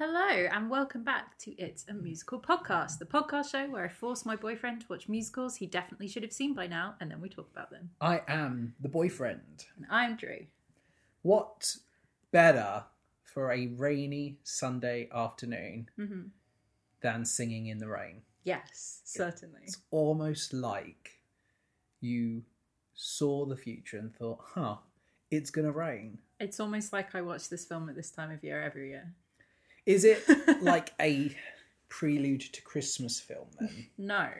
and welcome back to It's a Musical Podcast, the podcast show where I force my boyfriend to watch musicals he definitely should have seen by now, and then we talk about them. I am the boyfriend. And I'm Drew. What better for a rainy Sunday afternoon Mhm. than singing in the rain? Yes, certainly. It's almost like you saw the future and thought, huh, it's going to rain. It's almost like I watch this film at this time of year every year. Is it like a prelude to Christmas film then? No,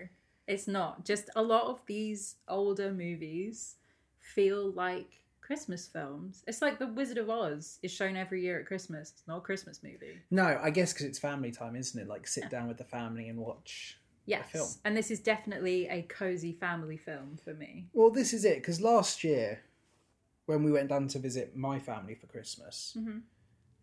it's not. Just a lot of these older movies feel like Christmas films. It's like The Wizard of Oz is shown every year at Christmas. It's not a Christmas movie. No, I guess because it's family time, isn't it? Like sit down with the family and watch. Yes. film. And this is definitely a cozy family film for me. Well, this is it because last year, when we went down to visit my family for Christmas, Mhm.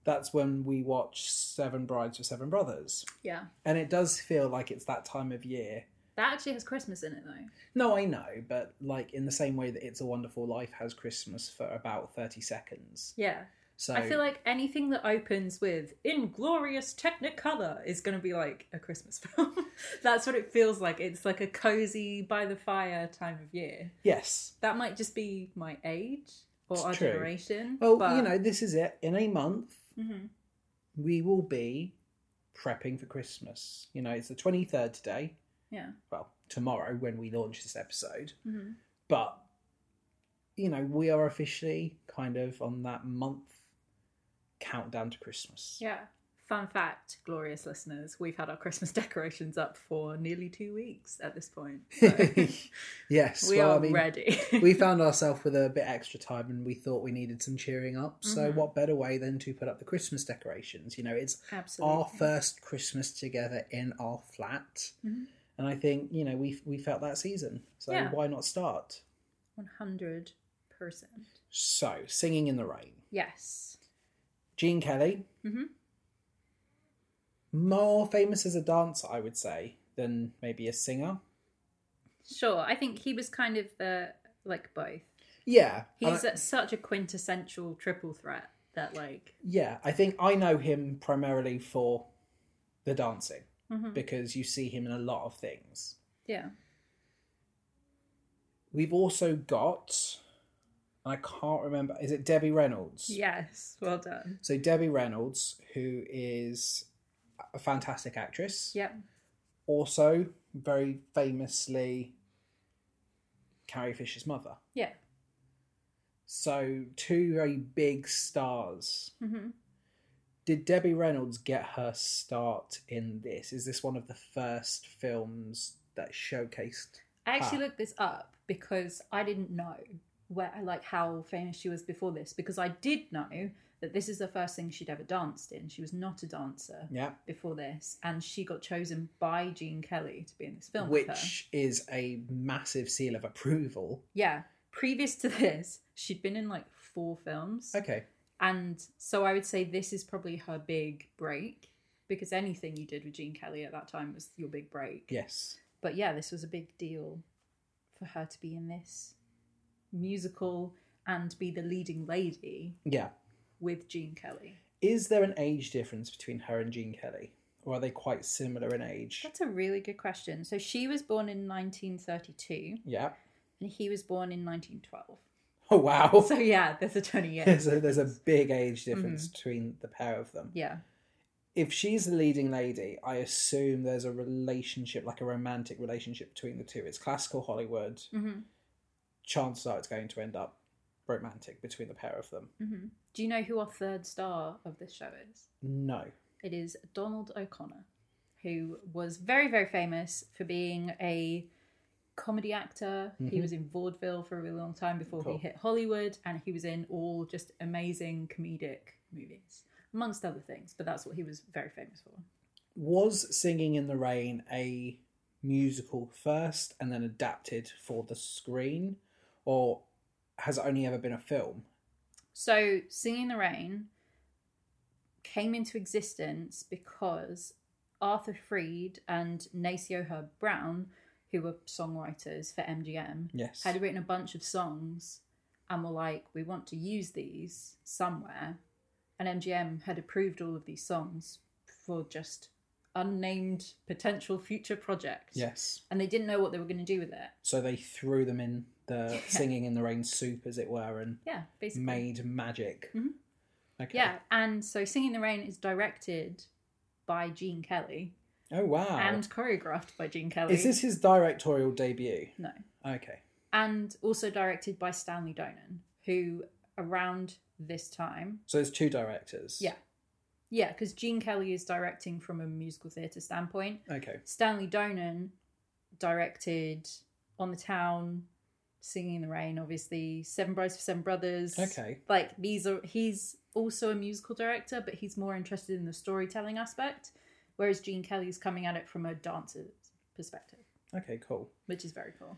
that's when we watched Seven Brides for Seven Brothers. Yeah. And it does feel like it's that time of year. That actually has Christmas in it though. No, I know, but like in the same way that It's a Wonderful Life has Christmas for about 30 seconds. Yeah. So I feel like anything that opens with Inglorious Technicolor is going to be like a Christmas film. That's what it feels like. It's like a cozy by the fire time of year. yes. That might just be my age or It's our true. generation. Well, but- you know, this is it. In a month, Mhm. we will be prepping for Christmas. You know, it's the 23rd today. Yeah. Well, tomorrow when we launch this episode. Mhm. but you know we are officially kind of on that month countdown to christmas Yeah. Fun fact, glorious listeners, we've had our Christmas decorations up for nearly two weeks at this point. So yes we well are i mean ready. we found ourselves with a bit extra time and we thought we needed some cheering up so Mhm. what better way than to put up the christmas decorations you know it's Absolutely. our first christmas together in our flat Mhm. and i think you know we we felt that season so Yeah. why not start 100%. so singing in the rain Yes. gene kelly hmm more famous as a dancer, I would say, than maybe a singer. Sure. I think he was kind of uh, like both. Yeah, and He's I- uh such a quintessential triple threat that, like, yeah. I think I know him primarily for the dancing Mhm. Mm-hmm. because you see him in a lot of things. yeah. We've also got, and I can't remember, is it Debbie Reynolds? Yes. Well done. So Debbie Reynolds, who is a fantastic actress, Yep. also very famously Carrie Fisher's mother. Yeah. So two very big stars hmm Did Debbie Reynolds get her start in this? Is this one of the first films that showcased? I actually Ah. looked this up because I didn't know where, like, how famous she was before this because I did know that this is the first thing she'd ever danced in. She was not a dancer Yeah, before this, and she got chosen by Gene Kelly to be in this film. with her. which is a massive seal of approval. Yeah. Previous to this, she'd been in like four films. Okay, And so I would say this is probably her big break because anything you did with Gene Kelly at that time was your big break. yes, But yeah, this was a big deal for her to be in this musical and be the leading lady yeah. with Gene Kelly. Is there an age difference between her and Gene Kelly, or are they quite similar in age? That's a really good question. So she was born in 1932 Yeah. and he was born in 1912. Oh wow. So yeah, there's a Mm-hmm. 20 years. There's a, there's a big age difference between the pair of them. yeah. If she's the leading lady, I assume there's a relationship, like a romantic relationship between the two. It's classical Hollywood. hmm chances are it's going to end up romantic between the pair of them. hmm Do you know who our third star of this show is? No. It is Donald O'Connor, who was very, very famous for being a comedy actor. He Mhm. was in vaudeville for a really long time before Cool. he hit Hollywood, and he was in all just amazing comedic movies, amongst other things. But that's what he was very famous for. Was Singing in the Rain a musical first and then adapted for the screen, or has it only ever been a film? So, Singing in the Rain came into existence because Arthur Freed and Nacio Herb Brown, who were songwriters for MGM, Yes. had written a bunch of songs and were like, we want to use these somewhere. And MGM had approved all of these songs for just unnamed potential future project. Yes. And they didn't know what they were going to do with it. So they threw them in the Yeah. singing in the rain soup, as it were, and Yeah, basically. made magic. Mhm. Okay. Yeah, and so Singing in the Rain is directed by Gene Kelly Oh wow. and choreographed by Gene Kelly. Is this his directorial debut? No. Okay. And also directed by Stanley Donen, who around this time So there's two directors. Yeah. Yeah, because Gene Kelly is directing from a musical theatre standpoint. Okay. Stanley Donen directed On the Town, Singing in the Rain, obviously, Seven Brides for Seven Brothers. Okay. Like these are he's also a musical director, but he's more interested in the storytelling aspect, whereas Gene Kelly's coming at it from a dancer's perspective, Okay. Cool. which is very cool.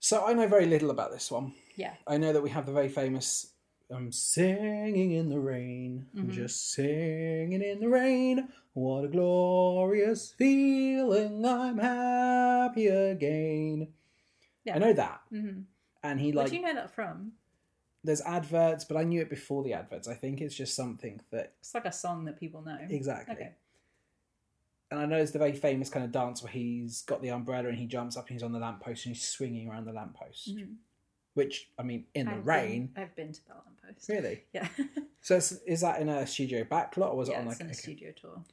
So I know very little about this one. Yeah. I know that we have the very famous I'm singing in the rain, I'm Mhm. just singing in the rain. What a glorious feeling, I'm happy again. Yeah. I know that. Mm-hmm. And he Where like do you know that from? there's adverts, but I knew it before the adverts. I think it's just something that It's like a song that people know. exactly. Okay. And I know it's the very famous kind of dance where he's got the umbrella and he jumps up and he's on the lamppost and he's swinging around the lamppost. Mhm. Which I mean, in the I've rain, Been, I've been to that lamppost. really. Yeah. So is, is that in a studio backlot or was yeah, it on it's like in a okay. studio tour.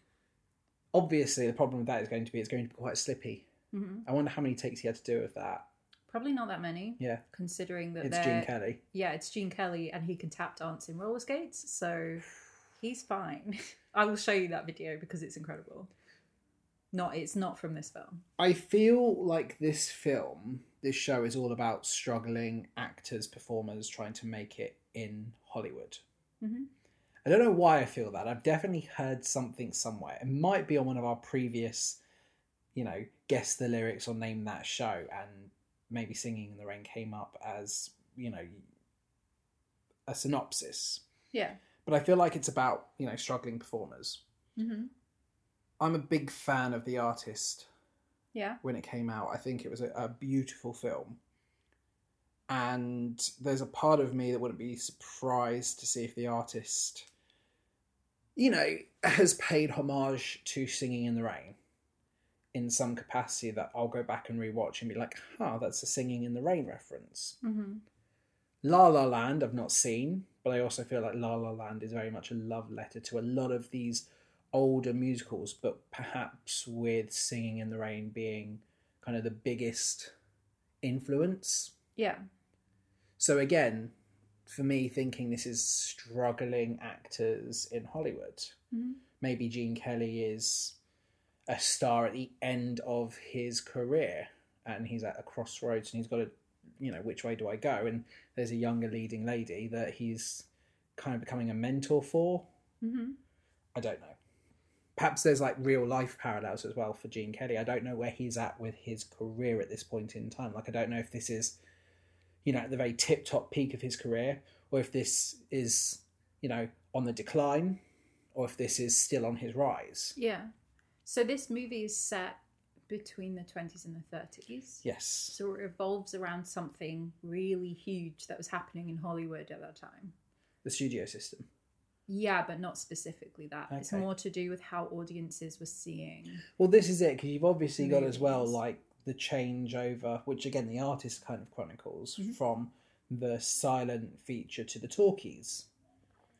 obviously the problem with that is going to be it's going to be quite slippy. hmm I wonder how many takes he had to do with that. Probably not that many, Yeah, considering that it's they're Gene Kelly. yeah, it's Gene Kelly, and he can tap dance in roller skates, so he's fine. I will show you that video because it's incredible. Not, it's not from this film. I feel like this film, this show, is all about struggling actors, performers trying to make it in Hollywood. Mhm. I don't know why I feel that. I've definitely heard something somewhere. It might be on one of our previous, you know, guess the lyrics or name that show, and maybe Singing in the Rain came up as, you know, a synopsis. Yeah. But I feel like it's about, you know, struggling performers. Mm-hmm. I'm a big fan of The Artist Yeah. when it came out. I think it was a, a beautiful film. And there's a part of me that wouldn't be surprised to see if the artist, you know, has paid homage to Singing in the Rain in some capacity that I'll go back and rewatch and be like, huh, that's a Singing in the Rain reference. Mm-hmm. La La Land, I've not seen, but I also feel like La La Land is very much a love letter to a lot of these older musicals, but perhaps with Singing in the Rain being kind of the biggest influence. Yeah. So, again, for me, thinking this is struggling actors in Hollywood. Mm-hmm. Maybe Gene Kelly is a star at the end of his career and he's at a crossroads and he's got to, you know, which way do I go? And there's a younger leading lady that he's kind of becoming a mentor for. Mm-hmm. I don't know. Perhaps there's like real life parallels as well for Gene Kelly. I don't know where he's at with his career at this point in time. Like, I don't know if this is, you know, at the very tip top peak of his career, or if this is, you know, on the decline, or if this is still on his rise. Yeah. So this movie is set between the twenties and the thirties. Yes. So it revolves around something really huge that was happening in Hollywood at that time. The studio system. Yeah, but not specifically that. It's Okay. more to do with how audiences were seeing. Well, this is it, because you've obviously got as well, Movies. like, the changeover, which again, the artist kind of chronicles Mhm. from the silent feature to the talkies.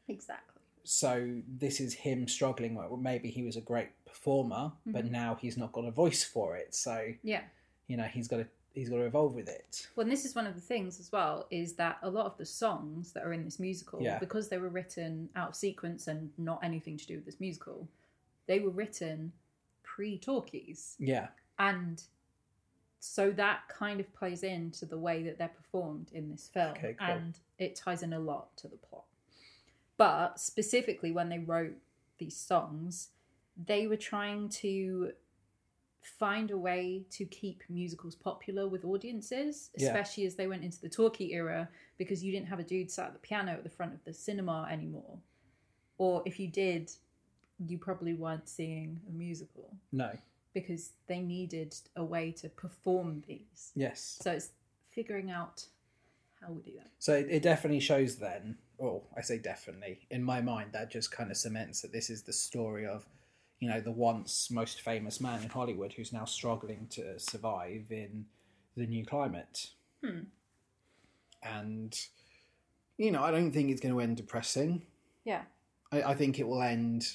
Exactly. so this is him struggling well, maybe he was a great performer but Mhm. now he's not got a voice for it so Yeah. you know he's got to he's got to evolve with it Well, and this is one of the things as well is that a lot of the songs that are in this musical, Yeah. because they were written out of sequence and not anything to do with this musical, they were written pre talkies. yeah And so that kind of plays into the way that they're performed in this film. Okay, cool. And it ties in a lot to the plot. But specifically, when they wrote these songs, they were trying to find a way to keep musicals popular with audiences, Yeah. especially as they went into the talkie era, because you didn't have a dude sat at the piano at the front of the cinema anymore. Or if you did, you probably weren't seeing a musical no because they needed a way to perform these. yes So it's figuring out how we do that. so it, it definitely shows then well, I say definitely. In my mind, that just kind of cements that this is the story of, you know, the once most famous man in Hollywood who's now struggling to survive in the new climate. Hmm. And, you know, I don't think it's going to end depressing. Yeah. I, I think it will end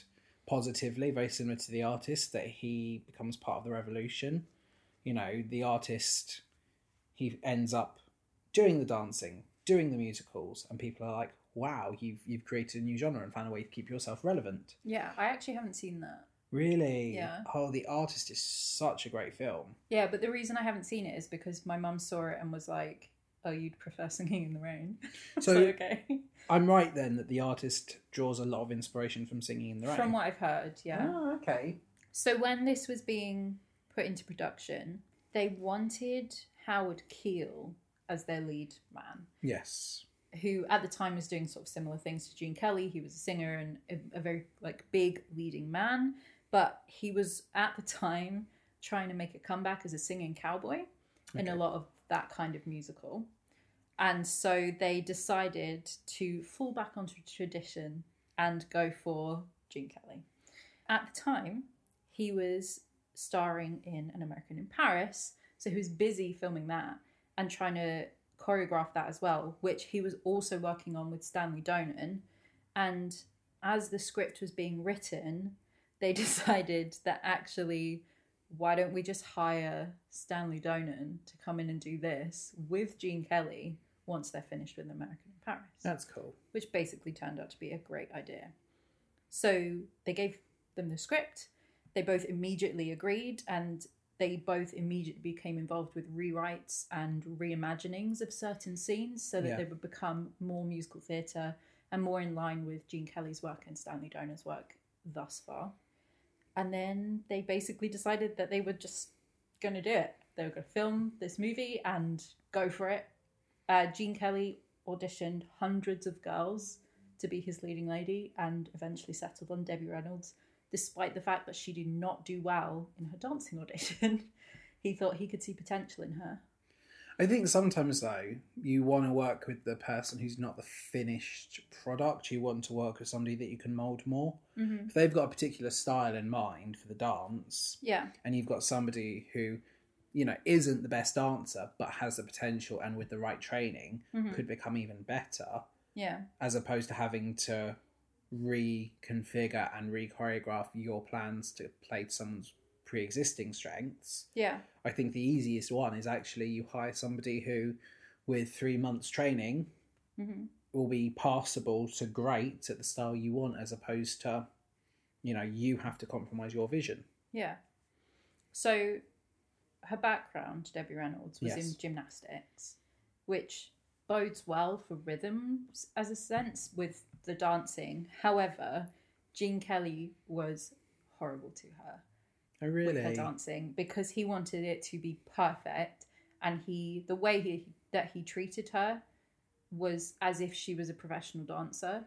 positively, very similar to the artist, that he becomes part of the revolution. You know, the artist, he ends up doing the dancing, doing the musicals, and people are like, wow, you've, you've created a new genre and found a way to keep yourself relevant. Yeah. I actually haven't seen that. Really? Yeah. Oh, The Artist is such a great film. Yeah, but the reason I haven't seen it is because my mum saw it and was like, "Oh, you'd prefer singing in the rain." so So- okay, I'm right then that The Artist draws a lot of inspiration from Singing in the Rain. from what I've heard, yeah. Oh, okay. So when this was being put into production, they wanted Howard Keel as their lead man, Yes. who at the time was doing sort of similar things to Gene Kelly. He was a singer and a, a very like big leading man, but he was at the time trying to make a comeback as a singing cowboy. in a Okay. lot of that kind of musical. And so they decided to fall back onto tradition and go for Gene Kelly. At the time, he was starring in An American in Paris, so he was busy filming that and trying to choreograph that as well, which he was also working on with Stanley Donen. And as the script was being written, they decided that actually, why don't we just hire Stanley Donen to come in and do this with Gene Kelly once they're finished with American in Paris? That's cool. which basically turned out to be a great idea. So they gave them the script. They both immediately agreed, and they both immediately became involved with rewrites and reimaginings of certain scenes so that Yeah. they would become more musical theatre and more in line with Gene Kelly's work and Stanley Doner's work thus far. And then they basically decided that they were just going to do it. They were going to film this movie and go for it. Uh, Gene Kelly auditioned hundreds of girls to be his leading lady and eventually settled on Debbie Reynolds, despite the fact that she did not do well in her dancing audition. he thought he could see potential in her. I think sometimes though you want to work with the person who's not the finished product. You want to work with somebody that you can mold more. Mm-hmm. If they've got a particular style in mind for the dance, Yeah, and you've got somebody who, you know, isn't the best dancer but has the potential and with the right training Mhm. could become even better, yeah, as opposed to having to reconfigure and re choreograph your plans to play to someone's pre existing strengths. yeah, I think the easiest one is actually you hire somebody who, with three months training, hmm will be passable to great at the style you want, as opposed to, you know, you have to compromise your vision. yeah. So her background, Debbie Reynolds, was in Yes. gymnastics, which bodes well for rhythms as a sense with the dancing. However, Gene Kelly was horrible to her. Oh, with her really? dancing because he wanted it to be perfect and he the way he that he treated her was as if she was a professional dancer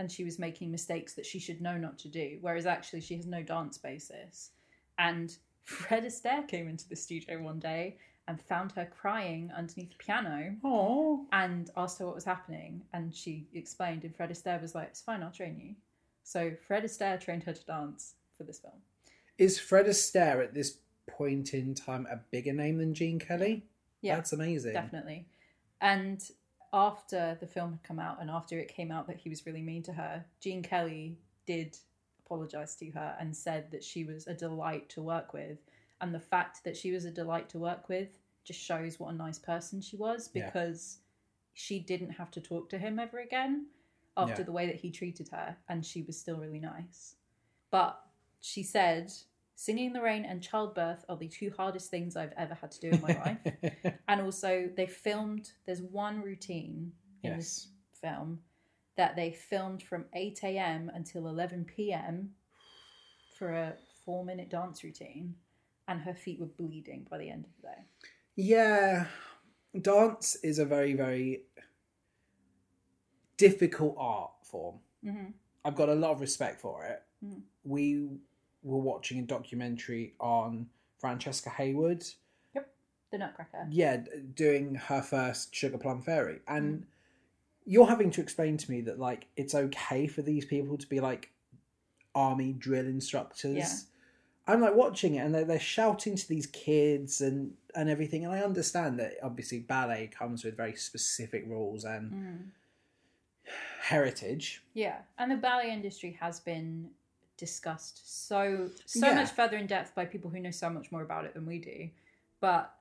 and she was making mistakes that she should know not to do whereas actually she has no dance basis and Fred Astaire came into the studio one day and found her crying underneath the piano Oh, and asked her what was happening and she explained and Fred Astaire was like it's fine I'll train you so Fred Astaire trained her to dance for this film is Fred Astaire at this point in time a bigger name than Gene Kelly? yeah that's amazing. Definitely. And after the film had come out and after it came out that he was really mean to her, Gene Kelly did apologize to her and said that she was a delight to work with. And the fact that she was a delight to work with just shows what a nice person she was Yeah. because she didn't have to talk to him ever again after Yeah. the way that he treated her and she was still really nice. But she said, Singing in the Rain and childbirth are the two hardest things I've ever had to do in my life and also they filmed there's one routine in yes. this film that they filmed from 8 a.m until 11 p.m for a four minute dance routine and her feet were bleeding by the end of the day Yeah, dance is a very, very difficult art form. mm-hmm. I've got a lot of respect for it. Mm. We were watching a documentary on Francesca Hayward, the nutcracker yeah, d- doing her first Sugar Plum Fairy, and you're having to explain to me that like it's okay for these people to be like army drill instructors. Yeah. I'm like watching it and they're, they're shouting to these kids and and everything. And I understand that obviously ballet comes with very specific rules and Mm. heritage. Yeah, and the ballet industry has been discussed so so Yeah. much further in depth by people who know so much more about it than we do. But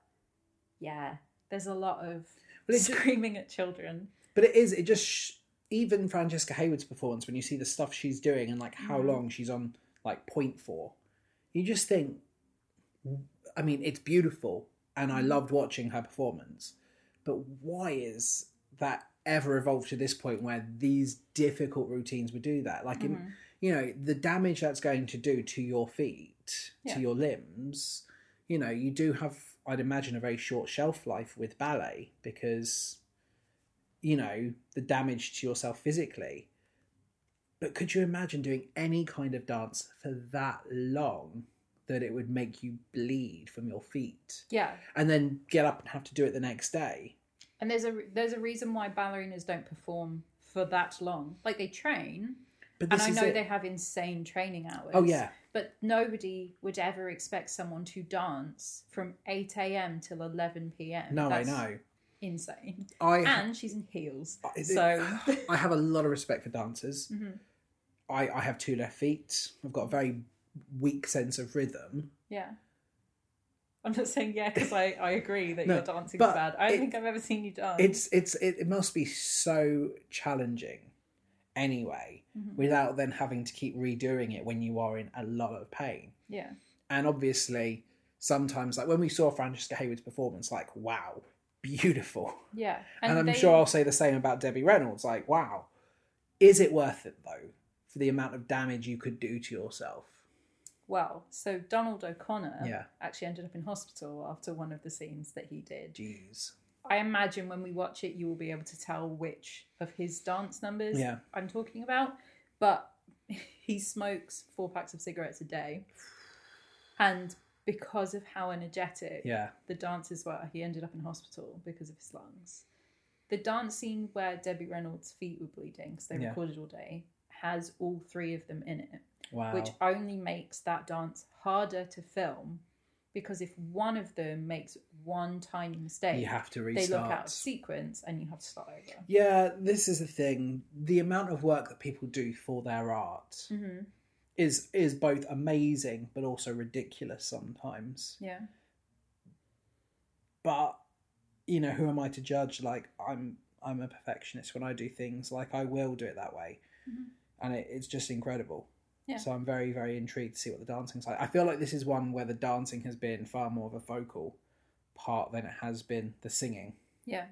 yeah, there's a lot of But it, ju- screaming at children. but it is it just sh- even Francesca Hayward's performance when you see the stuff she's doing and like how Mhm. long she's on like point for, you just think. I mean, it's beautiful, and I loved watching her performance, but why is that ever evolved to this point where these difficult routines would do that? Like, in, Mhm. you know the damage that's going to do to your feet Yeah. to your limbs you know you do have i'd imagine a very short shelf life with ballet because you know the damage to yourself physically but could you imagine doing any kind of dance for that long that it would make you bleed from your feet Yeah, and then get up and have to do it the next day and there's a there's a reason why ballerinas don't perform for that long. Like they train, but and this I is know it. they have insane training hours. oh yeah But nobody would ever expect someone to dance from 8 a.m. till 11 p.m. no That's i know Oh, Insane. i And she's in heels. I- So, i have a lot of respect for dancers Mhm. I, I have two left feet. I've got a very weak sense of rhythm. yeah. I'm not saying yeah because I, I agree that No, your dancing's but bad. I don't it- think I've ever seen you dance. It's it's it, it must be so challenging anyway, Mhm. without then having to keep redoing it when you are in a lot of pain. yeah. And obviously sometimes like when we saw Francesca Hayward's performance, like, wow, beautiful. Yeah. And, I'm they- sure I'll say the same about Debbie Reynolds, like, wow. Is it worth it though, for the amount of damage you could do to yourself? Well, so Donald O'Connor Yeah. actually ended up in hospital after one of the scenes that he did. Jeez. I imagine when we watch it, you will be able to tell which of his dance numbers Yeah. I'm talking about. But he smokes four packs of cigarettes a day. And because of how energetic Yeah. the dances were, he ended up in hospital because of his lungs. The dance scene where Debbie Reynolds' feet were bleeding because they Yeah. recorded all day has all three of them in it Wow. which only makes that dance harder to film because if one of them makes one tiny mistake, you have to they restart. look out of sequence and you have to start over. Yeah, this is the thing. The amount of work that people do for their art Mm-hmm. is is both amazing but also ridiculous sometimes. Yeah, But you know, who am I to judge? Like I'm I'm a perfectionist when I do things. Like I will do it that way, Mhm. and it, it's just incredible. Yeah. So I'm very very intrigued to see what the dancing's like. I feel like this is one where the dancing has been far more of a vocal part than it has been the singing. yeah,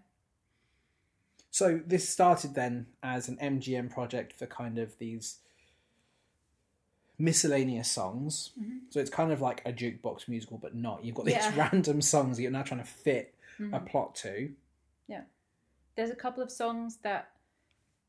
So this started then as an MGM project for kind of these miscellaneous songs. Mhm. So it's kind of like a jukebox musical, but not. You've got these Yeah. random songs that you're now trying to fit Mhm. a plot to. there's a couple of songs that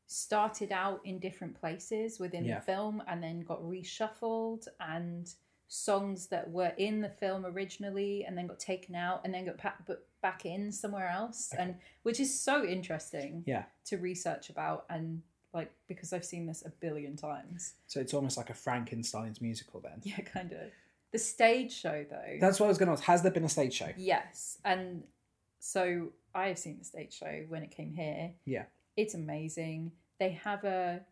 started out in different places within Yeah. the film and then got reshuffled and songs that were in the film originally and then got taken out and then got pa- put back in somewhere else Okay. and which is so interesting Yeah. to research about and like because I've seen this a billion times. So it's almost like a Frankenstein's musical then. Yeah, kind of. The stage show though. That's what I was going to ask. Has there been a stage show? Yes, and so I have seen the stage show when it came here. Yeah. it's amazing. They have a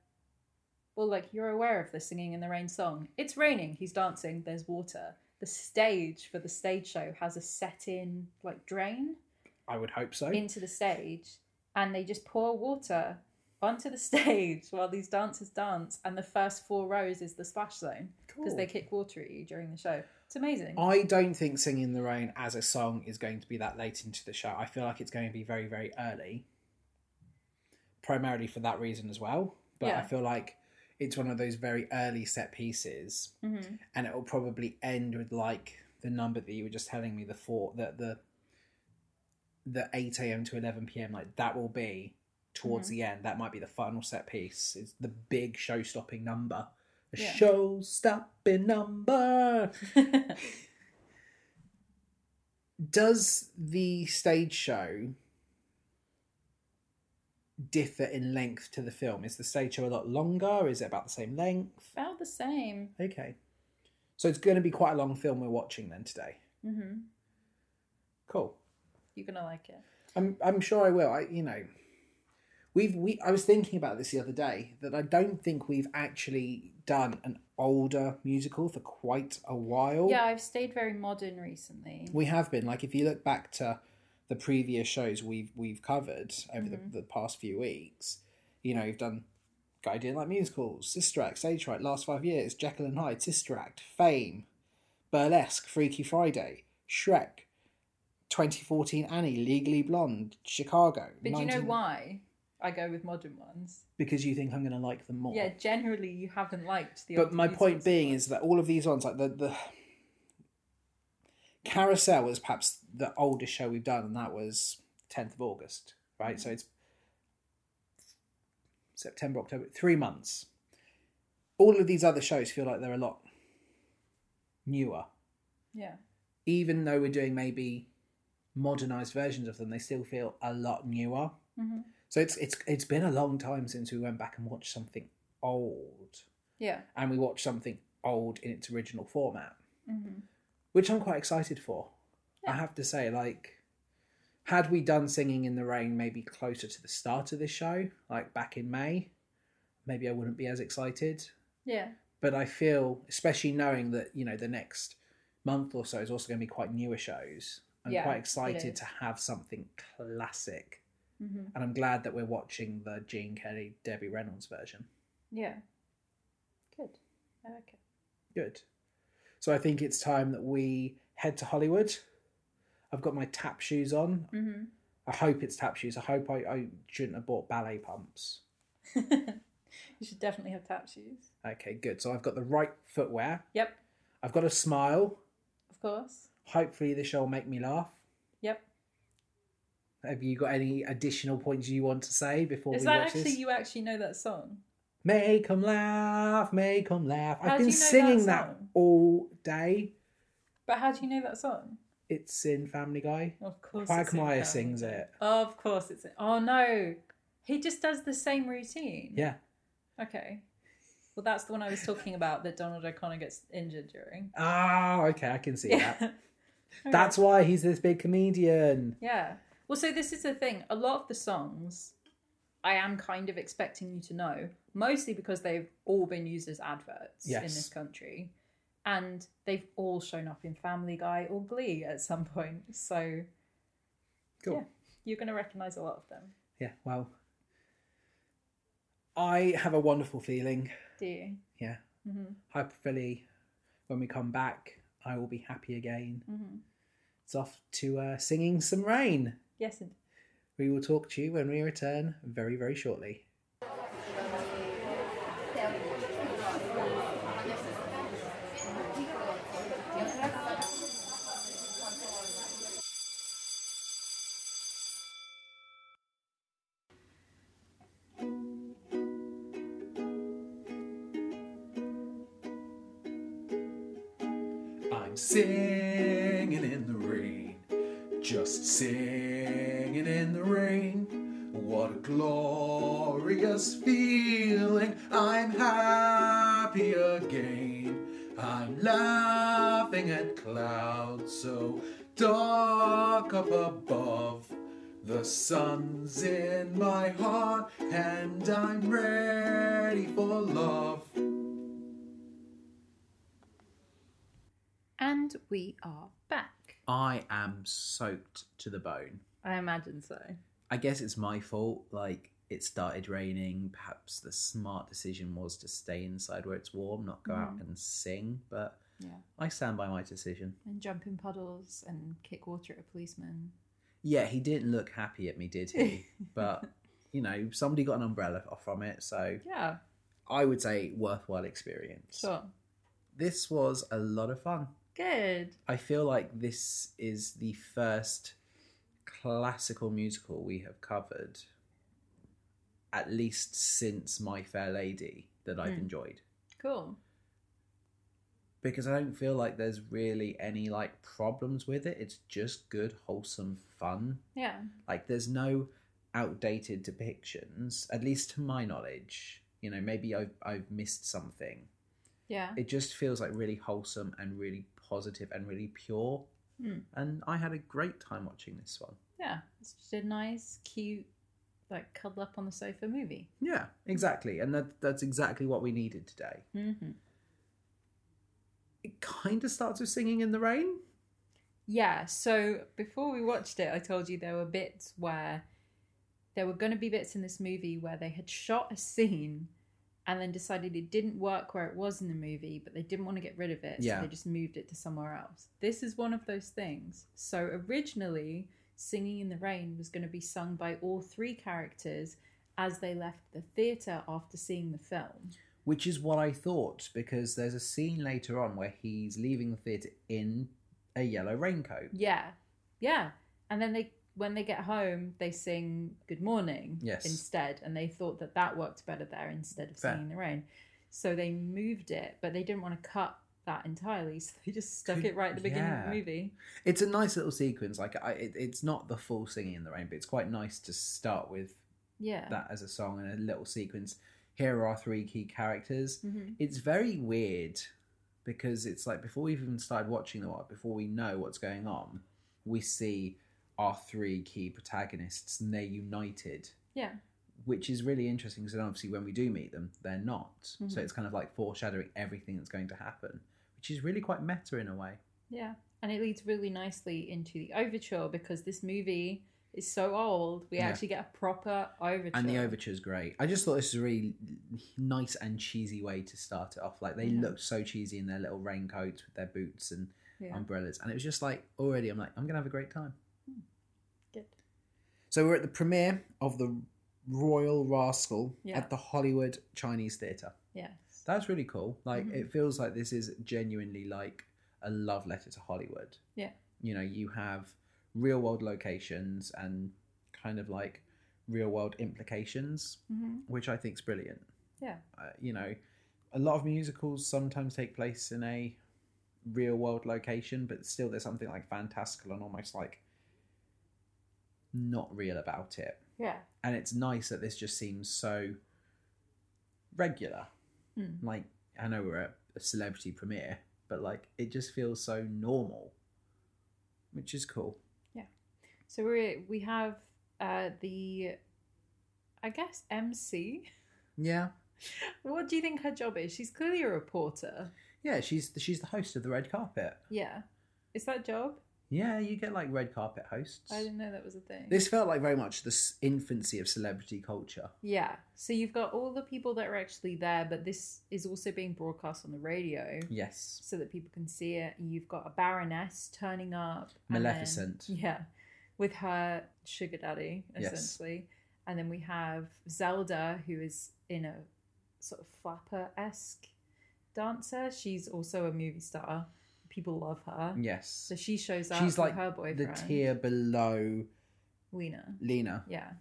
well, like you're aware of the singing in the rain song. It's raining. He's dancing. There's water. The stage for the stage show has a set-in like drain I would hope so. into the stage, and they just pour water onto the stage while these dancers dance. And the first four rows is the splash zone because Cool. they kick water at you during the show. It's amazing. I don't think Singing in the Rain as a song is going to be that late into the show. I feel like it's going to be very, very early, primarily for that reason as well. But I Yeah. feel like it's one of those very early set pieces, Mhm. and it will probably end with like the number that you were just telling me the four that the the eight a.m. to eleven p.m. like that will be towards Mm-hmm. the end. That might be the final set piece. It's the big show-stopping number. The Yeah. show-stopping number. does the stage show differ in length to the film? Is the stage show a lot longer? Is it about the same length? About the same. Okay. So it's going to be quite a long film we're watching then today. Mm-hmm. Cool. You're gonna like it. I'm I'm sure I will. I you know, we've we I was thinking about this the other day that I don't think we've actually done an older musical for quite a while. Yeah, I've stayed very modern recently. We have been like if you look back to the previous shows we've we've covered over Mm-hmm. the, the past few weeks, you know, you've done Guy Didn't Like Musicals, Sister Act, Stage Fright, Last Five Years, Jekyll and Hyde, Sister Act, Fame, Burlesque, Freaky Friday, Shrek, 2014 Annie, Legally Blonde, Chicago. But do you know 19 why I go with modern ones? Because you think I'm going to like them more. Yeah, generally you haven't liked the. but older my point musicals being before. is that all of these ones, like the the Carousel, was perhaps the oldest show we've done, and that was 10th of August, right? So it's September, October, three months. All of these other shows feel like they're a lot newer, yeah, even though we're doing maybe modernized versions of them. They still feel a lot newer. Mhm. So it's it's it's been a long time since we went back and watched something old yeah. and we watch something old in its original format, hmm which I'm quite excited for. I Yeah. have to say, like, had we done Singing in the Rain maybe closer to the start of this show, like back in May, maybe I wouldn't be as excited. Yeah, But I feel, especially knowing that, you know, the next month or so is also going to be quite newer shows, I'm Yeah, quite it excited is. to have something classic. hmm And I'm glad that we're watching the Gene Kelly, Debbie Reynolds version. yeah. Good. I like it. Good. So I think it's time that we head to Hollywood. I've got my tap shoes on. Mm-hmm. I hope it's tap shoes. I hope I, I shouldn't have bought ballet pumps. you should definitely have tap shoes. Okay, good. So I've got the right footwear. Yep, I've got a smile. of course. Hopefully, this show will make me laugh. Yep. Have you got any additional points you want to say before Is we that watch actually this? you? Actually know that song? Make 'em laugh, make 'em laugh. How I've do you been know that singing that, song? all day. But how do you know that song? It's in Family Guy. Of course, it's in Quagmire Family sings Guy. it. Of course, it's. In... Oh no, he just does the same routine. Yeah. Okay. Well, that's the one I was talking about that Donald O'Connor gets injured during. Ah, okay, I can see that. Okay. That's why he's this big comedian. Yeah. Well, so this is the thing. A lot of the songs I am kind of expecting you to know, mostly because they've all been used as adverts in Yes. this country. And they've all shown up in Family Guy or Glee at some point. So Cool. Yeah. you're going to recognize a lot of them. Yeah. well, I have a wonderful feeling. Do you? Yeah. Mm-hmm. Hopefully, when we come back, I will be happy again. Mm-hmm. It's off to uh, singing some rain. Yes. And We will talk to you when we return very, very shortly. I'm singing in the rain, just singing in the rain. What a glorious feeling! I'm happy again. I'm laughing at clouds so dark up above. The sun's in my heart, and I'm ready for love. and we are back. I am soaked to the bone. I imagine so. I guess it's my fault. Like it started raining. Perhaps the smart decision was to stay inside where it's warm, not go out and sing. But Yeah. I stand by my decision. And jump in puddles and kick water at a policeman. Yeah, he didn't look happy at me, did he? but you know, somebody got an umbrella off from it, so Yeah. I would say worthwhile experience. Sure. This was a lot of fun. Good. I feel like this is the first classical musical we have covered, at least since My Fair Lady, that I've Hmm. enjoyed. Cool. Because I don't feel like there's really any like problems with it. It's just good, wholesome fun. Yeah. Like there's no outdated depictions, at least to my knowledge. You know, maybe I've I've missed something. Yeah. It just feels like really wholesome and really positive and really pure. Mm. And I had a great time watching this one. Yeah. It's just a nice, cute, like cuddle up on the sofa movie. Yeah, exactly. And that that's exactly what we needed today. Mm-hmm. It kind of starts with singing in the rain. Yeah, so before we watched it, I told you there were bits where there were going to be bits in this movie where they had shot a scene and then decided it didn't work where it was in the movie, but they didn't want to get rid of it, Yeah. so they just moved it to somewhere else. This is one of those things. So originally, Singing in the Rain was going to be sung by all three characters as they left the theatre after seeing the film. Which is what I thought, because there's a scene later on where he's leaving the theatre in a yellow raincoat. Yeah, yeah. And then they, when they get home, they sing "Good Morning" Yes. instead, and they thought that that worked better there instead of Fair. singing "The Rain." So they moved it, but they didn't want to cut that entirely, so they just stuck Good- it right at the beginning of yeah. the movie. It's a nice little sequence. Like, I, it, it's not the full singing in the rain, but it's quite nice to start with Yeah, that as a song and a little sequence. Here are three key characters. hmm It's very weird because it's like before we've even started watching the what, before we know what's going on, we see our three key protagonists and they're united. Yeah. Which is really interesting because then obviously when we do meet them, they're not. Mhm. So it's kind of like foreshadowing everything that's going to happen, which is really quite meta in a way. yeah. And it leads really nicely into the overture because this movie is so old, we Yeah. actually get a proper overture. And the overture's great. I just thought this was a really nice and cheesy way to start it off. Like they Yeah. looked so cheesy in their little raincoats with their boots and yeah. umbrellas. And it was just like already I'm like, I'm gonna have a great time. Good. So we're at the premiere of the Royal Rascal Yeah. at the Hollywood Chinese Theatre. Yes. That's really cool. Like Mhm. it feels like this is genuinely like a love letter to Hollywood. Yeah. You know, you have real world locations and kind of like real world implications, hmm which I think's brilliant. Yeah. Uh, you know, a lot of musicals sometimes take place in a real world location, but still there's something like fantastical and almost like not real about it Yeah. and it's nice that this just seems so regular. Mm. Like I know we're at a celebrity premiere, but like it just feels so normal, which is cool. So we we have uh, the, I guess MC. Yeah, What do you think her job is? She's clearly a reporter. yeah. She's the, she's the host of the red carpet. Yeah, is that job? Yeah, you get like red carpet hosts. I didn't know that was a thing. This felt like very much the s- infancy of celebrity culture. Yeah. So you've got all the people that are actually there, but this is also being broadcast on the radio Yes, so that people can see it. You've got a baroness turning up. and then- Maleficent. yeah. With her sugar daddy, Yes. essentially. And then we have Zelda, who is in a sort of flapper esque dancer. She's also a movie star. People love her. yes. So she shows up Mm. She's with like her boyfriend, The tier below Lena. Lena, Yeah.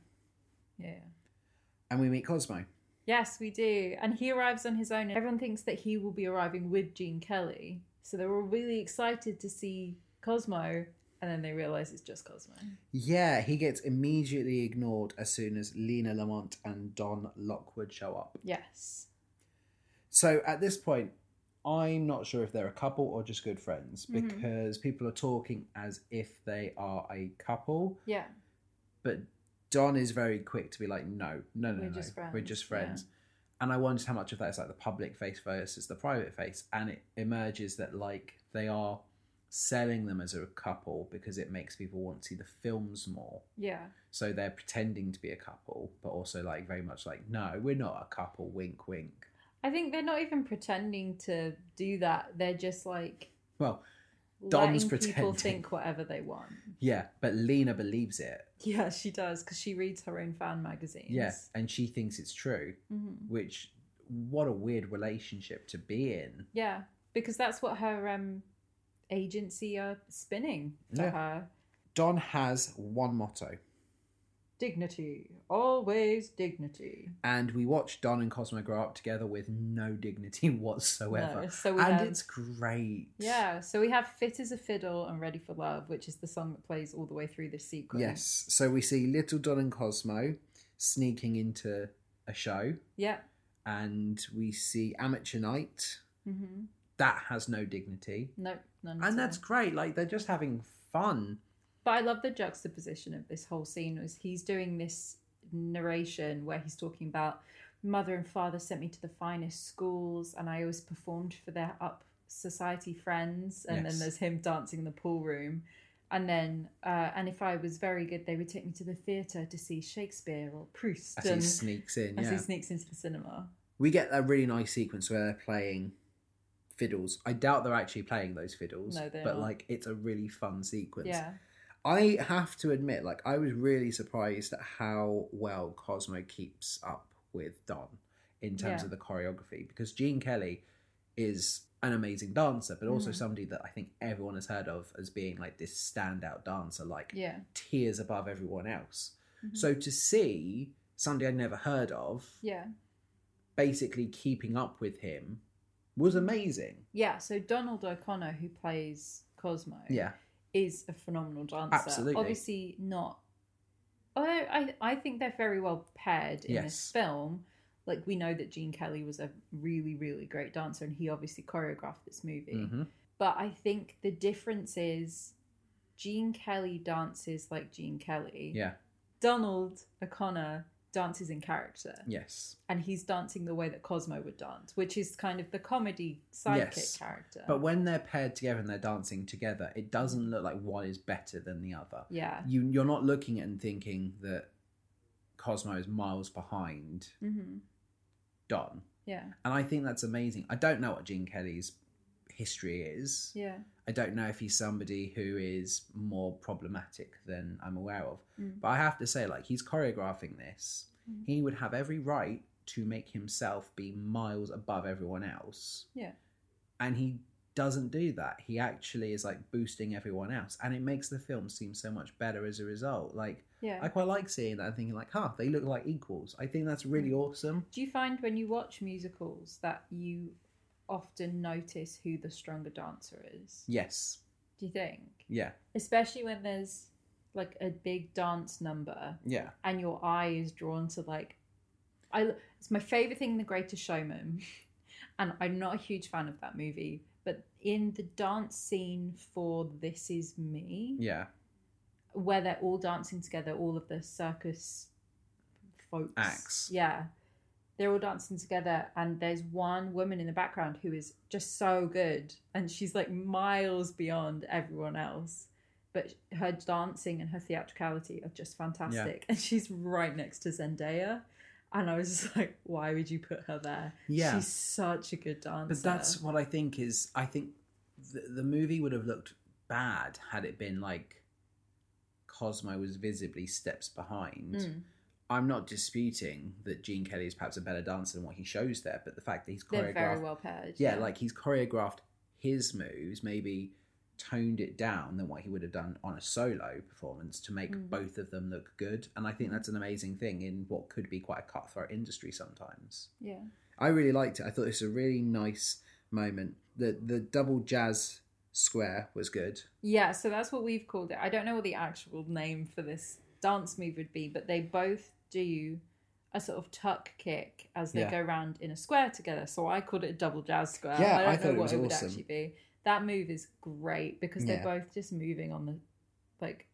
Yeah. and we meet Cosmo. Yes, we do. And he arrives on his own, and everyone thinks that he will be arriving with Gene Kelly. So they're all really excited to see Cosmo, and then they realize it's just Cosmo. Yeah, he gets immediately ignored as soon as Lena Lamont and Don Lockwood show up. Yes. So at this point, I'm not sure if they're a couple or just good friends Mhm. because people are talking as if they are a couple, Yeah. but Don is very quick to be like, no, no, no, We're no, just we're friends, just yeah. friends. And I wondered how much of that is like the public face versus the private face, and it emerges that like they are selling them as a couple because it makes people want to see the films more. Yeah. So they're pretending to be a couple, but also like very much like, no, we're not a couple. Wink, wink. I think they're not even pretending to do that. They're just like Well, Dom's letting people pretending. think whatever they want. yeah, but Lena believes it. Yeah, she does because she reads her own fan magazines. Yeah, and she thinks it's true. hmm Which, what a weird relationship to be in. Yeah, because that's what her um, agency are spinning for Yeah. her. Don has one motto. Dignity. Always dignity. And we watched Don and Cosmo grow up together with no dignity whatsoever. No, so we and have, it's great. yeah, so we have Fit as a Fiddle and Ready for Love, which is the song that plays all the way through this sequence. Yes. So we see little Don and Cosmo sneaking into a show, Yeah. and we see Amateur Night. Mm-hmm. That has no dignity. No, none. at all. And that's great. Like, they're just having fun. But I love the juxtaposition of this whole scene was he's doing this narration where he's talking about mother and father sent me to the finest schools and I always performed for their up society friends and Yes. then there's him dancing in the pool room and then uh, and if I was very good they would take me to the theatre to see Shakespeare or Proust As he and sneaks in. as yeah. he sneaks into the cinema. we get a really nice sequence where they're playing fiddles. I doubt they're actually playing those fiddles, No, they're but not. like it's a really fun sequence. Yeah. I have to admit, like I was really surprised at how well Cosmo keeps up with Don in terms Yeah. of the choreography because Gene Kelly is an amazing dancer, but also Mhm. somebody that I think everyone has heard of as being like this standout dancer, like Yeah. tiers above everyone else. Mhm. So to see somebody I'd never heard of yeah. basically keeping up with him was amazing. Yeah, so Donald O'Connor who plays Cosmo. Yeah. is a phenomenal dancer. Absolutely. Obviously not. Although I I think they're very well paired in Yes. this film. Like we know that Gene Kelly was a really really great dancer, and he obviously choreographed this movie. Mhm. But I think the difference is Gene Kelly dances like Gene Kelly. Yeah. Donald O'Connor dances in character, Yes. and he's dancing the way that Cosmo would dance, which is kind of the comedy sidekick Yes. character. But when they're paired together and they're dancing together, it doesn't look like one is better than the other. yeah. You you're not looking at and thinking that Cosmo is miles behind hmm Don. Yeah. And I think that's amazing. I don't know what Gene Kelly's history is. Yeah. I don't know if he's somebody who is more problematic than I'm aware of. Mm. But I have to say, like, he's choreographing this. Mm. He would have every right to make himself be miles above everyone else. Yeah. And he doesn't do that. He actually is like boosting everyone else. And it makes the film seem so much better as a result. Like, Yeah. I quite like seeing that and thinking, like, huh, they look like equals. I think that's Hmm. really awesome. Do you find when you watch musicals that you often notice who the stronger dancer is? Yes. Do you think? Yeah. Especially when there's like a big dance number Yeah. and your eye is drawn to like I it's my favorite thing The Greatest Showman. and I'm not a huge fan of that movie, but in the dance scene for This Is Me, Yeah. where they're all dancing together, all of the circus folks. Acts. Yeah. They're all dancing together, and there's one woman in the background who is just so good, and she's like miles beyond everyone else. But her dancing and her theatricality are just fantastic, and she's right next to Zendaya. And I was just like, why would you put her there? Yeah. She's such a good dancer. But that's what I think is. I think the, the movie would have looked bad had it been like Cosmo was visibly steps behind. Mm. I'm not disputing that Gene Kelly is perhaps a better dancer than what he shows there, but the fact that he's they're choreographed, very well paired. yeah, like he's choreographed his moves, maybe toned it down than what he would have done on a solo performance to make Mm. both of them look good. And I think that's an amazing thing in what could be quite a cutthroat industry sometimes. yeah, I really liked it. I thought it was a really nice moment. The the double jazz square was good. Yeah, so that's what we've called it. I don't know what the actual name for this dance move would be, but they both do a sort of tuck kick as they Yeah. go round in a square together. So I called it a double jazz square. I Yeah, don't I know thought it what was it would awesome. actually be. That move is great because Yeah. they're both just moving on the like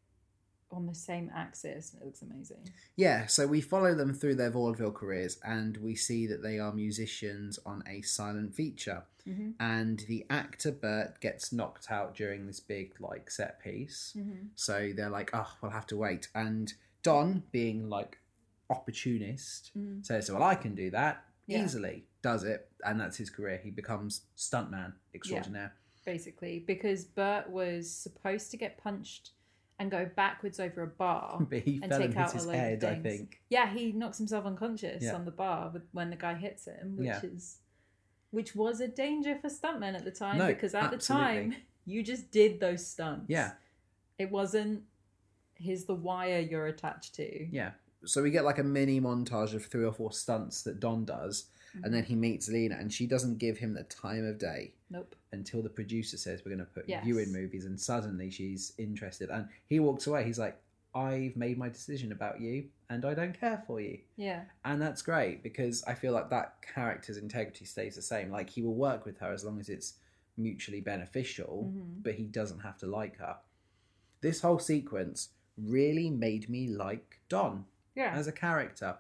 on the same axis and it looks amazing. Yeah, so we follow them through their vaudeville careers and we see that they are musicians on a silent feature. Mm-hmm. And the actor Bert gets knocked out during this big like set piece. Mm-hmm. So they're like, oh, we'll have to wait. And Don, being like opportunist, Mm. says, well, I can do that Yeah. easily. Does it, and that's his career. He becomes stuntman extraordinaire. Basically, because Bert was supposed to get punched and go backwards over a bar. But he and fell take and out hit a his load of head, I things. think. Yeah, he knocks himself unconscious Yeah. on the bar with, when the guy hits him, which Yeah. is which was a danger for stuntmen at the time No, because at the absolutely. time you just did those stunts. Yeah. It wasn't here's the wire you're attached to. Yeah. So we get like a mini montage of three or four stunts that Don does, and then he meets Lena, and she doesn't give him the time of day Nope. until the producer says we're going to put Yes. you in movies, and suddenly she's interested, and he walks away. He's like, "I've made my decision about you, and I don't care for you," Yeah. and that's great because I feel like that character's integrity stays the same. Like he will work with her as long as it's mutually beneficial, Mhm. but he doesn't have to like her. This whole sequence really made me like Don Yeah. as a character.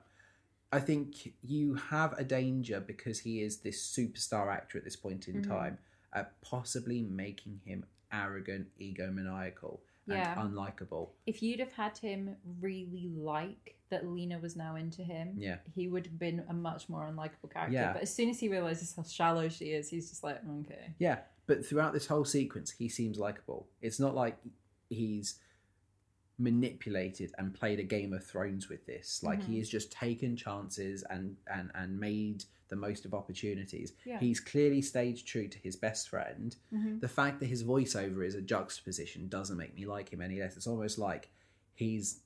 I think you have a danger because he is this superstar actor at this point in Mhm. time at possibly making him arrogant, egomaniacal, and Yeah. unlikable. if you'd have had him really like that Lena was now into him, Yeah. he would have been a much more unlikable character. Yeah. But as soon as he realizes how shallow she is, he's just like, okay. Yeah, but throughout this whole sequence, he seems likable. It's not like he's manipulated and played a Game of Thrones with this. Like he Mhm. has just taken chances and and and made the most of opportunities. Yeah. He's clearly stayed true to his best friend. Mhm. the fact that his voiceover is a juxtaposition doesn't make me like him any less. It's almost like he's